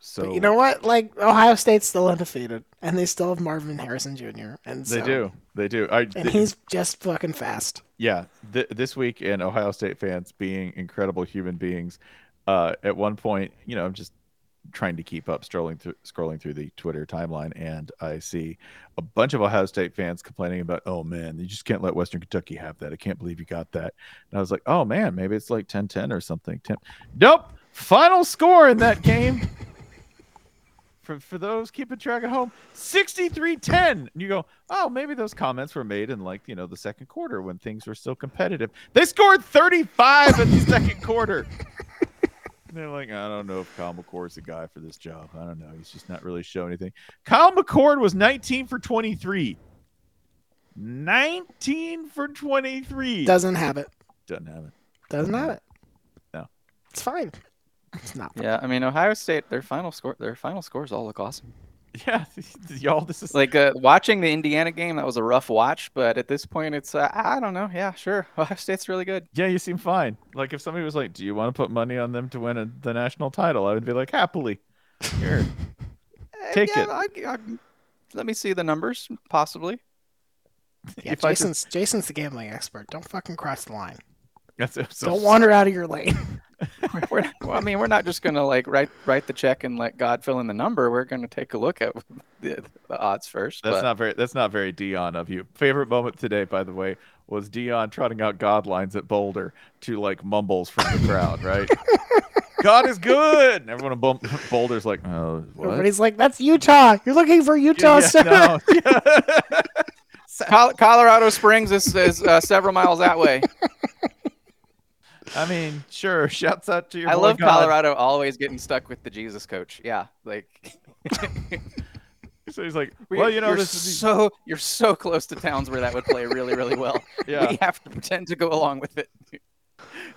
Speaker 2: so
Speaker 3: But you know what? Like Ohio State's still undefeated, and they still have Marvin Harrison Jr. And
Speaker 2: they
Speaker 3: so-
Speaker 2: do, they do. I,
Speaker 3: and
Speaker 2: th-
Speaker 3: he's just fucking fast.
Speaker 2: yeah, th- this week in Ohio State fans being incredible human beings. Uh, at one point, you know, I'm just trying to keep up, strolling through, scrolling through the Twitter timeline, and I see a bunch of Ohio State fans complaining about, "Oh man, you just can't let Western Kentucky have that. I can't believe you got that." And I was like, "Oh man, maybe it's like 10-10 or something." 10- nope. Final score in that game. For, for those keeping track at home, 63-10. And you go, oh, maybe those comments were made in like, you know, the second quarter when things were still competitive. They scored 35 in the second quarter. And they're like, I don't know if Kyle McCord's the guy for this job. I don't know. He's just not really showing anything. Kyle McCord was 19 for 23. 19 for 23.
Speaker 3: Doesn't have it.
Speaker 2: Doesn't have it.
Speaker 3: Doesn't have it.
Speaker 2: No.
Speaker 3: It's fine. It's not.
Speaker 5: Yeah, I mean Ohio State, their final score, their final scores all look awesome.
Speaker 2: Yeah, y'all, this is
Speaker 5: It's like uh, watching the Indiana game. That was a rough watch, but at this point, it's uh, I don't know. Yeah, sure, Ohio State's really good.
Speaker 2: yeah, you seem fine. Like if somebody was like, "Do you want to put money on them to win a, the national title?" I would be like, "Happily, here,
Speaker 5: Eh,
Speaker 2: Take
Speaker 5: yeah,
Speaker 2: it.
Speaker 5: I- I- let me see the numbers, possibly.
Speaker 3: Yeah,
Speaker 2: If I just-
Speaker 3: Jason's Jason's the gambling expert. Don't fucking cross the line.
Speaker 2: That's so
Speaker 3: Don't wander out of your lane.
Speaker 5: We're not, well, I mean, we're not just gonna like write write the check and let God fill in the number. We're gonna take a look at the, the odds first.
Speaker 2: That's
Speaker 5: but-
Speaker 2: not very. That's not very Dion of you. Favorite moment today, by the way, was Dion trotting out God lines at Boulder to like mumbles from the crowd. Right, God is good. And everyone in Bul- Boulder's like, oh, what?
Speaker 3: Everybody's like, "That's Utah. You're looking for Utah,
Speaker 2: Yeah,
Speaker 3: sir."
Speaker 2: no.
Speaker 5: Col- Colorado Springs is, is uh, several miles that way.
Speaker 2: I mean, sure. Shouts out to your.
Speaker 5: I
Speaker 2: boy
Speaker 5: love
Speaker 2: God.
Speaker 5: Colorado always getting stuck with the Jesus coach. Yeah, like
Speaker 2: So he's like,
Speaker 5: we-
Speaker 2: well, you know,
Speaker 5: you're
Speaker 2: this is
Speaker 5: so you're so close to towns where that would play really really well.
Speaker 2: yeah.
Speaker 5: We have to pretend to go along with it.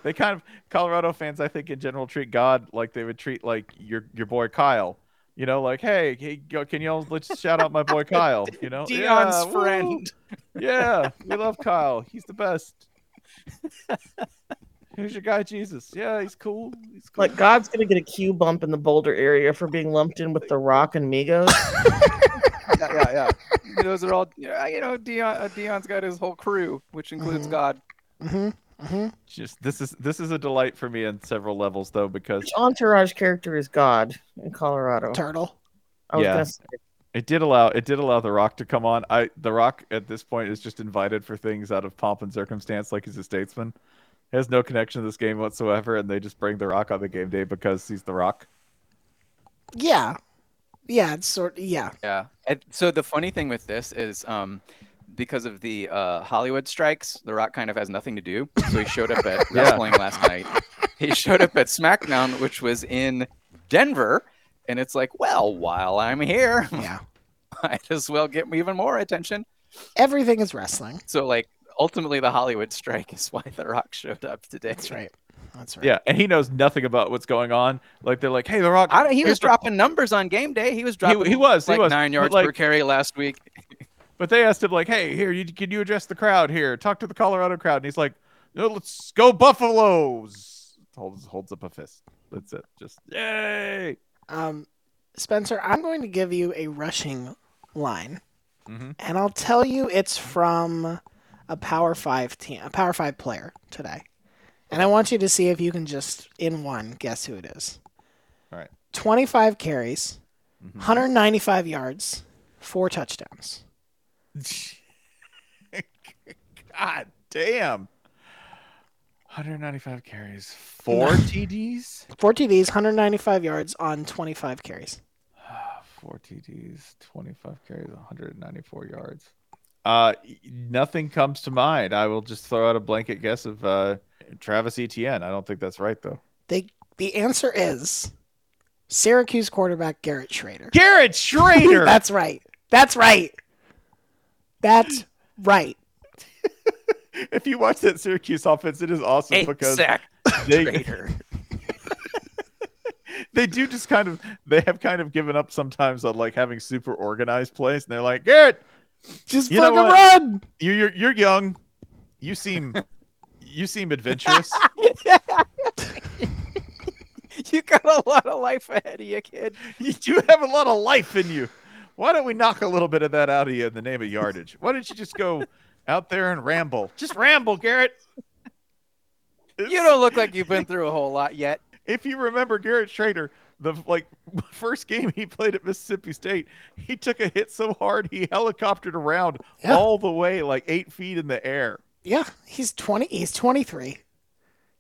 Speaker 2: they kind of Colorado fans, I think, in general, treat God like they would treat like your your boy Kyle. You know, like, hey, hey yo, can y'all let's shout out my boy Kyle? You know,
Speaker 5: Dion's
Speaker 2: Yeah, woo.
Speaker 5: friend.
Speaker 2: Yeah, we love Kyle. He's the best. Here's your guy, Jesus. Yeah, he's cool. He's cool.
Speaker 4: Like God's gonna get a Q bump in the Boulder area for being lumped in with The Rock and Migos.
Speaker 5: yeah, yeah, yeah. Those are all. yeah, You know, Dion. Uh, Dion's got his whole crew, which includes God.
Speaker 3: Mm-hmm,
Speaker 2: just this is this is a delight for me on several levels, though, because
Speaker 4: Which entourage character is God in
Speaker 2: Oh.
Speaker 4: Colorado?
Speaker 3: Turtle.
Speaker 4: I was
Speaker 2: Yeah.
Speaker 4: gonna say,
Speaker 2: It did allow it did allow The Rock to come on. I The Rock at this point is just invited for things out of pomp and circumstance, like he's a statesman. He has no connection to this game whatsoever, and they just bring The Rock on the game day because he's The Rock.
Speaker 3: Yeah. Yeah, it's sort yeah.
Speaker 5: Yeah. And so the funny thing with this is, um, because of the uh, Hollywood strikes, The Rock kind of has nothing to do. So he showed up at
Speaker 2: Yeah.
Speaker 5: wrestling last night. He showed up at SmackDown, which was in Denver. And it's like, well, while I'm here,
Speaker 3: Yeah.
Speaker 5: might as well get even more attention.
Speaker 3: Everything is wrestling.
Speaker 5: So like, ultimately, the Hollywood strike is why The Rock showed up today.
Speaker 3: That's right. That's right.
Speaker 2: Yeah, and he knows nothing about what's going on. Like they're like, "Hey, The Rock."
Speaker 5: I don't, he was
Speaker 2: here's the-"
Speaker 5: dropping numbers on game day. He was dropping.
Speaker 2: he was, he
Speaker 5: like
Speaker 2: was,
Speaker 5: nine
Speaker 2: but,
Speaker 5: yards per
Speaker 2: like-
Speaker 5: carry last week.
Speaker 2: But they asked him like, "Hey, here, you, can you address the crowd here? Talk to the Colorado crowd." And he's like, "No, let's go Buffaloes." Holds holds up a fist. That's it. Just yay.
Speaker 3: Um Spencer, I'm going to give you a rushing line.
Speaker 2: Mhm.
Speaker 3: And I'll tell you it's from a Power 5 team, a Power 5 player today. And I want you to see if you can just in one guess who it is.
Speaker 2: All right. Mm-hmm.
Speaker 3: 25 carries,
Speaker 5: Mm-hmm.
Speaker 3: 195 yards, 4 touchdowns.
Speaker 2: God damn. 195 carries, four TDs,
Speaker 3: 4 TDs, 195 yards on 25 carries.
Speaker 2: Ah, four TDs, 25 carries, 194 yards. Uh, y- nothing comes to mind. I will just throw out a blanket guess of uh, Travis Etienne. I don't think that's right though.
Speaker 3: They the answer is Syracuse quarterback Garrett Schrader.
Speaker 2: Garrett Schrader.
Speaker 3: That's right. That's right. That's right.
Speaker 2: if you watch that Syracuse offense, it is awesome because
Speaker 5: Exact
Speaker 2: they,
Speaker 5: traitor.
Speaker 2: they do just kind of they have kind of given up sometimes on like having super organized plays, and they're like Garrett,
Speaker 3: Just
Speaker 2: You know
Speaker 3: fucking
Speaker 2: what?
Speaker 3: run.
Speaker 2: you you're you're young. You seem you seem adventurous.
Speaker 5: you got a lot of life ahead of you, kid.
Speaker 2: you do have a lot of life in you. Why don't we knock a little bit of that out of you in the name of yardage? Why don't you just go out there and ramble? Just ramble, Garrett.
Speaker 5: You don't look like you've been through a whole lot yet.
Speaker 2: If you remember Garrett Schrader, the like first game he played at Mississippi State, he took a hit so hard he helicoptered around
Speaker 3: Yeah.
Speaker 2: all the way like eight feet in the air.
Speaker 3: Yeah, he's 20 he's 23.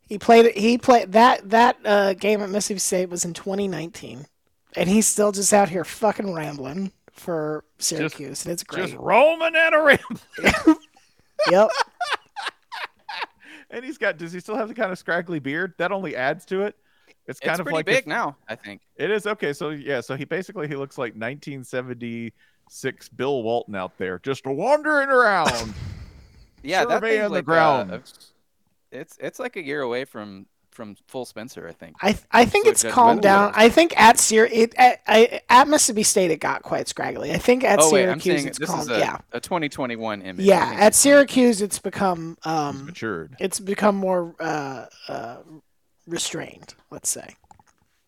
Speaker 3: He played he played that that uh, game at Mississippi State was in 2019 and he's still just out here fucking rambling for Syracuse and it's great.
Speaker 2: Just roaming and a ramble.
Speaker 3: Yep.
Speaker 2: And he's got does he still have the kind of scraggly beard? That only adds to it. It's
Speaker 5: It's
Speaker 2: kind of
Speaker 5: pretty
Speaker 2: like if-
Speaker 5: big now, I think.
Speaker 2: It is okay. So yeah, so he basically he looks like 1970 six Bill Walton out there just wandering around.
Speaker 5: Yeah, that
Speaker 2: surveying
Speaker 5: thing's
Speaker 2: the
Speaker 5: like, uh,
Speaker 2: ground.
Speaker 5: it's it's like a year away from from full Spencer, I think.
Speaker 3: I, th- I think
Speaker 5: So
Speaker 3: it's calmed
Speaker 5: judgmental.
Speaker 3: down. I think at Syr- it at, I, at Mississippi State it got quite scraggly. I think at
Speaker 5: oh wait, I'm
Speaker 3: Syracuse
Speaker 5: saying
Speaker 3: it's
Speaker 5: this
Speaker 3: calmed.
Speaker 5: is a,
Speaker 3: yeah,
Speaker 5: a 2021 image. I
Speaker 3: yeah.
Speaker 5: think
Speaker 3: At
Speaker 5: it's-
Speaker 3: Syracuse it's become um,
Speaker 2: matured.
Speaker 3: it's become more uh, uh, restrained. Let's say.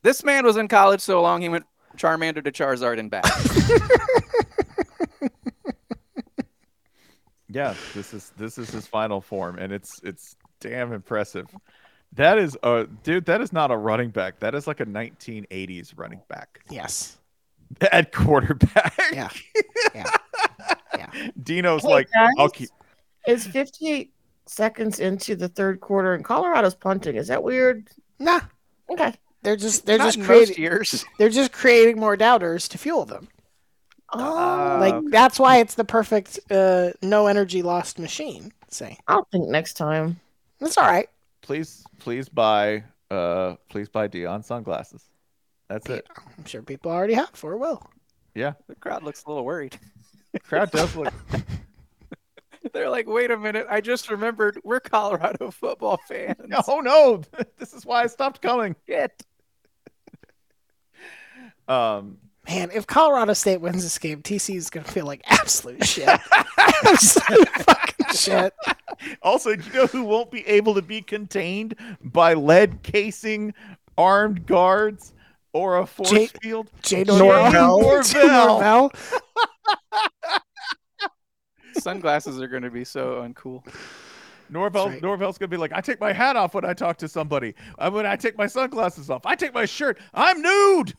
Speaker 5: This man was in college so long he went Charmander to Charizard and back.
Speaker 2: Yeah, this is this is his final form, and it's it's damn impressive. That is a dude. That is not a running back. That is like a 1980s running back
Speaker 3: Yes.
Speaker 2: at quarterback.
Speaker 3: Yeah.
Speaker 2: Dino's
Speaker 4: Hey,
Speaker 2: like,
Speaker 4: guys.
Speaker 2: I'll keep.
Speaker 4: It's 58 seconds into the third quarter, and Colorado's punting. Is that weird?
Speaker 3: Nah.
Speaker 4: Okay.
Speaker 3: They're just they're
Speaker 5: Not
Speaker 3: just
Speaker 5: in
Speaker 3: creating
Speaker 5: most years.
Speaker 3: they're just creating more doubters to fuel them.
Speaker 2: Uh,
Speaker 4: Oh,
Speaker 3: like that's why it's the perfect uh, no energy lost machine. Say
Speaker 4: I'll think next time.
Speaker 3: that's all right.
Speaker 2: Please, please buy, uh, please buy Dion sunglasses. That's it.
Speaker 3: I'm sure people already have or will.
Speaker 5: The crowd looks a little worried.
Speaker 2: Crowd does look.
Speaker 5: They're like, wait a minute, I just remembered we're Colorado football fans.
Speaker 2: oh no, this is why I stopped coming.
Speaker 5: Shit.
Speaker 2: Um,
Speaker 3: Man, if Colorado State wins this game, TC is gonna feel like absolute shit. absolute fucking shit.
Speaker 2: Also, do you know who won't be able to be contained by lead casing, armed guards, or a force
Speaker 3: Jake-
Speaker 2: field?
Speaker 3: Jay
Speaker 2: Norvell. Norvell.
Speaker 3: Norvell.
Speaker 5: Sunglasses are going to be so uncool.
Speaker 2: Norvell,
Speaker 3: right.
Speaker 2: Norvell's gonna be like, I take my hat off when I talk to somebody. I, when I take my sunglasses off, I take my shirt. I'm nude.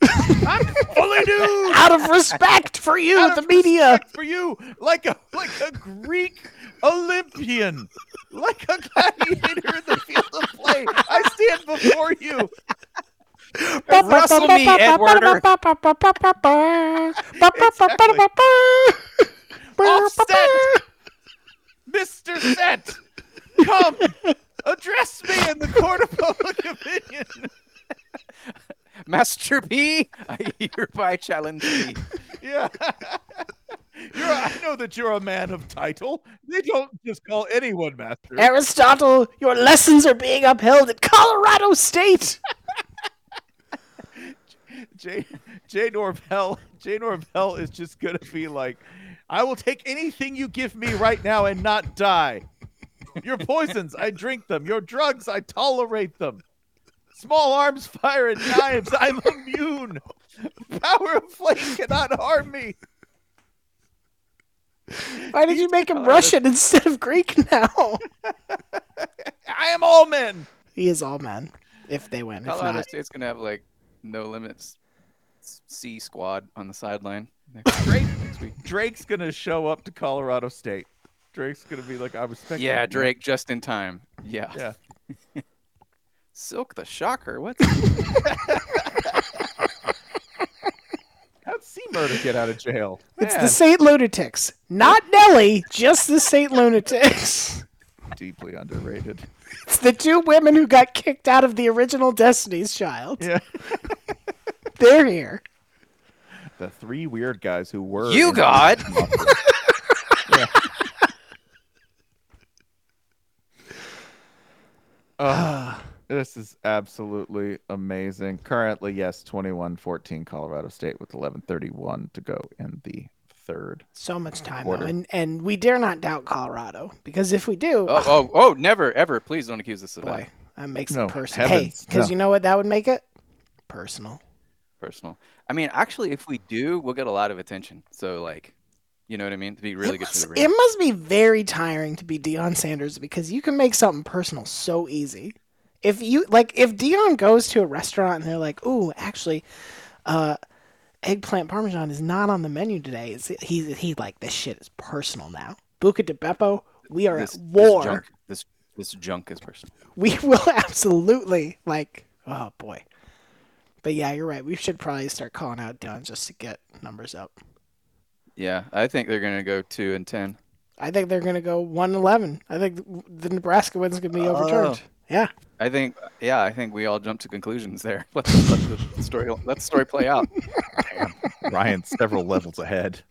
Speaker 2: I'm fully nude.
Speaker 3: Out of respect for you,
Speaker 2: Out
Speaker 3: the
Speaker 2: of
Speaker 3: media.
Speaker 2: For you, like a like a Greek Olympian, like a gladiator in the field of play. I stand before you.
Speaker 5: Rustle me, Edwarder.
Speaker 2: Offset! Mr. Set! Come! Address me in the court of public opinion!
Speaker 5: Master P, I hereby challenge thee.
Speaker 2: Yeah. You're, I know that you're a man of title. They don't just call anyone master.
Speaker 3: Aristotle, your lessons are being upheld at Colorado State.
Speaker 2: Jay, Jay Norvell, Jay Norvell is just gonna be like, I will take anything you give me right now and not die. Your poisons, I drink them. Your drugs, I tolerate them. Small arms, fire, and knives, I'm immune. Power of flame cannot harm me.
Speaker 3: Why did you make him Russian instead of Greek now?
Speaker 2: I am all men.
Speaker 3: He is all men. If they win, if
Speaker 5: Colorado
Speaker 3: not,
Speaker 5: State's going to have like no limits s- C squad on the sideline.
Speaker 2: Drake,
Speaker 5: next week.
Speaker 2: Drake's gonna show up to Colorado State. Drake's gonna be like, I respect. you."
Speaker 5: Yeah, Drake, just in time. Yeah.
Speaker 2: Yeah.
Speaker 5: Silk the Shocker. What?
Speaker 2: How'd Sea Murder get out of jail?
Speaker 3: it's the
Speaker 2: Man,
Speaker 3: Saint Lunatics, not Nelly, just the Saint Lunatics.
Speaker 2: deeply underrated.
Speaker 3: It's the two women who got kicked out of the original Destiny's Child.
Speaker 2: Yeah.
Speaker 3: They're here.
Speaker 2: The three weird guys who were
Speaker 5: you
Speaker 2: in-
Speaker 5: God.
Speaker 2: Ugh, this is absolutely amazing. Currently, yes, 21-14 Colorado State with 11:31 to go in the third.
Speaker 3: So much time, though.
Speaker 2: Order.
Speaker 3: and and we dare not doubt Colorado because if we do,
Speaker 5: Oh, oh, oh, never, ever. Please don't accuse us of that.
Speaker 3: boy, that makes
Speaker 2: No,
Speaker 3: it personal. Hey,
Speaker 2: heavens,
Speaker 3: because
Speaker 2: no.
Speaker 3: you know what that would make it personal.
Speaker 5: Personal. I mean, actually, if we do, we'll get a lot of attention. So, like, you know what I mean? To be really
Speaker 3: it,
Speaker 5: good
Speaker 3: must,
Speaker 5: for the
Speaker 3: it
Speaker 5: rating.
Speaker 3: must be very tiring to be Deion Sanders because you can make something personal so easy. If you like, if Dion goes to a restaurant and they're like, "Ooh, actually, uh, eggplant parmesan is not on the menu today," it's, he he like this shit is personal now. Buca de Beppo, we are
Speaker 5: This,
Speaker 3: at
Speaker 5: this
Speaker 3: war.
Speaker 5: junk. This this junk is personal.
Speaker 3: we will absolutely like. Oh boy, but yeah, you're right. We should probably start calling out Dion just to get numbers up.
Speaker 5: Yeah, I think they're gonna go two and ten. Oh.
Speaker 3: I think they're gonna go one eleven. I think the Nebraska win's gonna be overturned. Yeah.
Speaker 5: I think, yeah, I think we all jumped to conclusions there. Let the, let the story, let the story play out.
Speaker 2: Ryan's several levels ahead.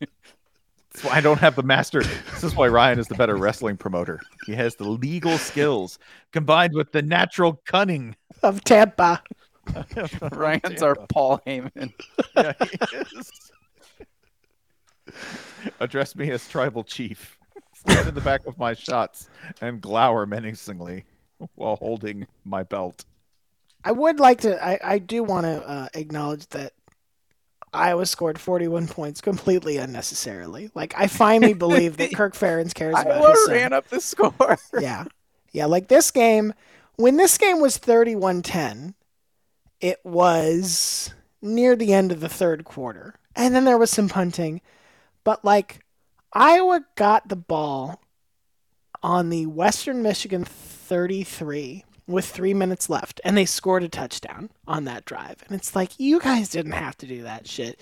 Speaker 2: That's why I don't have the master. This is why Ryan is the better wrestling promoter. He has the legal skills combined with the natural cunning.
Speaker 3: Of Tampa.
Speaker 5: Ryan's our Paul Heyman.
Speaker 2: Yeah, he is. Address me as tribal chief. Stand in the back of my shots and glower menacingly while holding my belt.
Speaker 3: I would like to. I, I do want to uh, acknowledge that Iowa scored 41 points completely unnecessarily. Like I finally believe that Kirk Ferentz cares about
Speaker 5: Iowa
Speaker 3: his son.
Speaker 5: ran up the score.
Speaker 3: Yeah, yeah. Like this game, when this game was 31-10, it was near the end of the third quarter, and then there was some punting, but like Iowa got the ball on the Western Michigan 33 with three minutes left, and they scored a touchdown on that drive. And it's like, you guys didn't have to do that shit.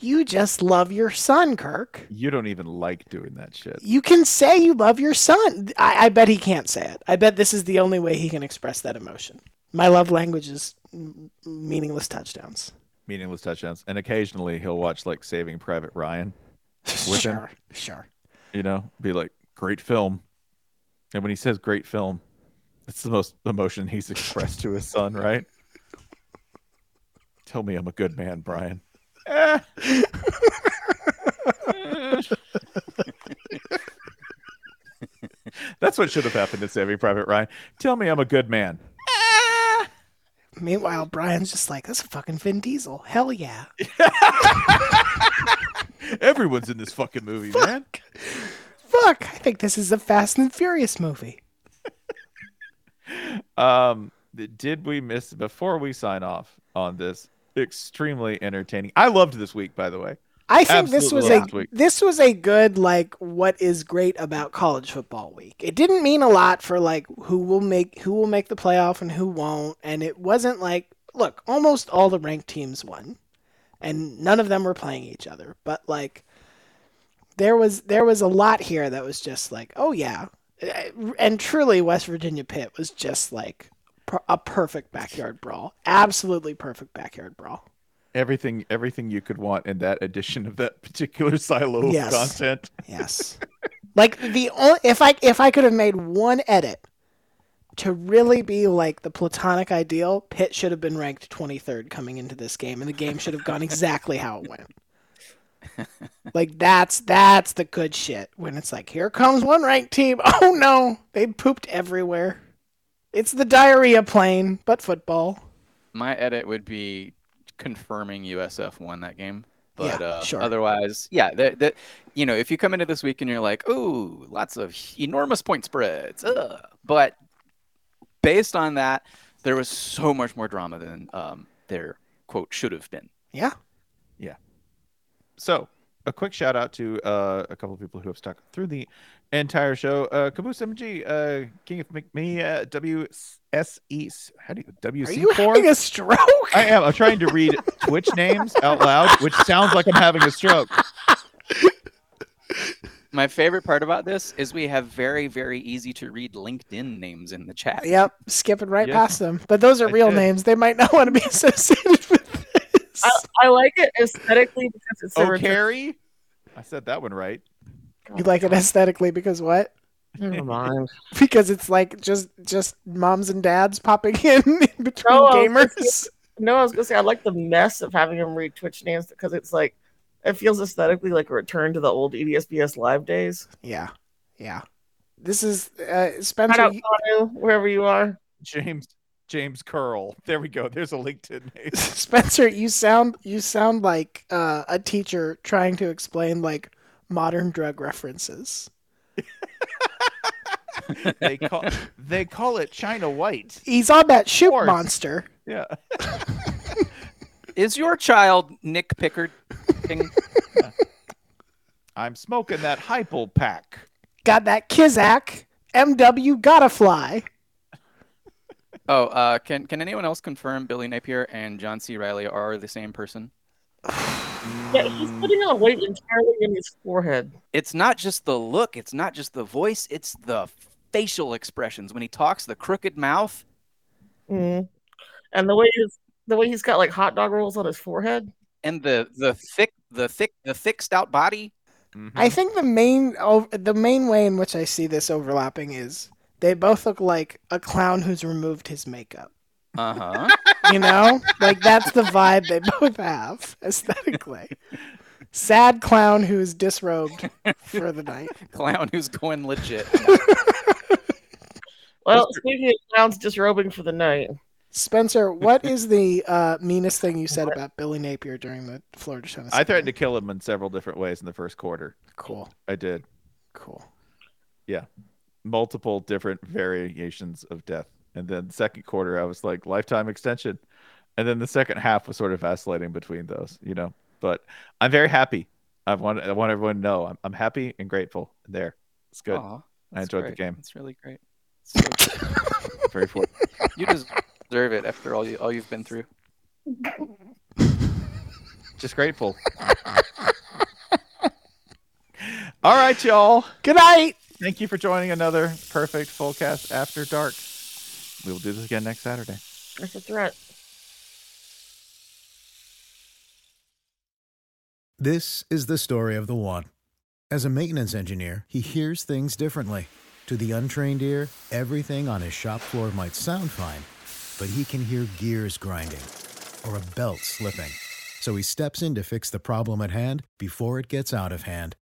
Speaker 3: You just love your son, Kirk.
Speaker 2: You don't even like doing that shit.
Speaker 3: You can say you love your son. I, I bet he can't say it. I bet this is the only way he can express that emotion. My love language is m- meaningless touchdowns.
Speaker 2: Meaningless touchdowns. And occasionally he'll watch like Saving Private Ryan, With him?
Speaker 3: sure, sure.
Speaker 2: you know, be like, great film. And when he says great film, it's the most emotion he's expressed to his son, right? Tell me I'm a good man, Brian. Eh. That's what should have happened to Saving Private Ryan. Tell me I'm a good man.
Speaker 3: Meanwhile, Brian's just like, that's a fucking Vin Diesel. Hell yeah.
Speaker 2: Everyone's in this fucking movie, man.
Speaker 3: Fuck, I think this is a Fast and Furious movie.
Speaker 2: Um, th- did we miss before we sign off on this extremely entertaining? I loved this week, by the way.
Speaker 3: I think this
Speaker 2: Absolutely
Speaker 3: was
Speaker 2: last
Speaker 3: a
Speaker 2: week.
Speaker 3: this was a good like what is great about college football week. It didn't mean a lot for like who will make who will make the playoff and who won't, and it wasn't like look almost all the ranked teams won, and none of them were playing each other. But like there was there was a lot here that was just like oh yeah, and truly West Virginia Pitt was just like per- a perfect backyard brawl, absolutely perfect backyard brawl.
Speaker 2: Everything, everything you could want in that edition of that particular silo
Speaker 3: Yes.
Speaker 2: of content.
Speaker 3: Yes. like the only if I if I could have made one edit to really be like the platonic ideal, Pitt should have been ranked 23rd coming into this game and the game should have gone exactly how it went. Like that's that's the good shit when it's like here comes one ranked team. Oh no, they pooped everywhere. It's the diarrhea plane, but football.
Speaker 5: My edit would be confirming USF won that game. But
Speaker 3: Yeah,
Speaker 5: uh,
Speaker 3: sure.
Speaker 5: otherwise, yeah, that, that you know, if you come into this week and you're like, "Ooh, lots of enormous point spreads," ugh. but based on that, there was so much more drama than um, there quote should have been.
Speaker 3: Yeah.
Speaker 2: So, a quick shout out to uh, a couple of people who have stuck through the entire show. Uh, Caboose MG, uh, King of McMe, uh, WSE, how do you
Speaker 3: Are you having
Speaker 2: WC4?
Speaker 3: a stroke?
Speaker 2: I am. I'm trying to read Twitch names out loud, which sounds like I'm having a stroke.
Speaker 5: My favorite part about this is we have very, very easy to read LinkedIn names in the chat.
Speaker 3: Yep, skipping right
Speaker 2: Yes.
Speaker 3: past them. But those are
Speaker 2: I
Speaker 3: real
Speaker 2: did.
Speaker 3: names. They might not want to be associated with this.
Speaker 4: I, I like it aesthetically because it's so
Speaker 2: Oh, Carrie? I said that one right.
Speaker 3: you like it aesthetically because what?
Speaker 4: Never mind.
Speaker 3: Because it's like just just moms and dads popping in, in between
Speaker 4: No,
Speaker 3: gamers.
Speaker 4: No, I was gonna say I like the mess of having him read Twitch names because it's like it feels aesthetically like a return to the old E EDSBS live days.
Speaker 3: Yeah, yeah. This is uh,
Speaker 4: Shout
Speaker 3: Spencer.
Speaker 4: out
Speaker 3: you-
Speaker 4: Kanu, wherever you are.
Speaker 2: James James Curl. There we go. There's a LinkedIn name.
Speaker 3: Spencer, you sound you sound like uh, a teacher trying to explain like modern drug references.
Speaker 2: they call they call it China White.
Speaker 3: He's on that shoot
Speaker 2: course.
Speaker 3: monster.
Speaker 2: Yeah.
Speaker 5: Is your child Nick Pickard?
Speaker 2: I'm smoking that hypal pack.
Speaker 3: Got that Kizak. MW gotta fly.
Speaker 5: oh, uh, can can anyone else confirm Billy Napier and John C. Riley are the same person?
Speaker 4: Yeah, he's putting on weight entirely in his forehead.
Speaker 5: It's not just the look. It's not just the voice. It's the facial expressions when he talks, the crooked mouth.
Speaker 4: Mhm. And the way he's the way he's got like hot dog rolls on his forehead.
Speaker 5: and the the thick the thick the thick stout body
Speaker 2: Mhm.
Speaker 3: I think the main ov- the main way in which I see this overlapping is they both look like a clown who's removed his makeup.
Speaker 5: uh-huh
Speaker 3: You know, like that's the vibe they both have aesthetically. Sad clown who's disrobed for the night.
Speaker 5: clown who's going legit
Speaker 4: Well, speaking of clowns disrobing for the night,
Speaker 3: Spencer, what is the uh, meanest thing you said about Billy Napier during the Florida Tennessee?
Speaker 2: I threatened to kill him in several different ways in the first quarter.
Speaker 3: Cool,
Speaker 2: I did
Speaker 3: cool.
Speaker 2: multiple different variations of death, and then second quarter I was like lifetime extension, and then the second half was sort of vacillating between those, you know. But I'm very happy. I want I want everyone to know I'm I'm happy and grateful. There, it's good.
Speaker 5: Aw,
Speaker 2: I
Speaker 5: that's
Speaker 2: enjoyed the
Speaker 5: great.
Speaker 2: game.
Speaker 5: it's really great So good.
Speaker 2: Very for-
Speaker 5: you deserve it after all you all you've been through
Speaker 2: just grateful. All right, y'all.
Speaker 3: Good night.
Speaker 2: Thank you for joining another perfect full cast after dark. We will do this again next Saturday.
Speaker 4: that's a threat.
Speaker 6: This is the story of the one. As a maintenance engineer, he hears things differently. To the untrained ear, everything on his shop floor might sound fine, but he can hear gears grinding or a belt slipping. So he steps in to fix the problem at hand before it gets out of hand.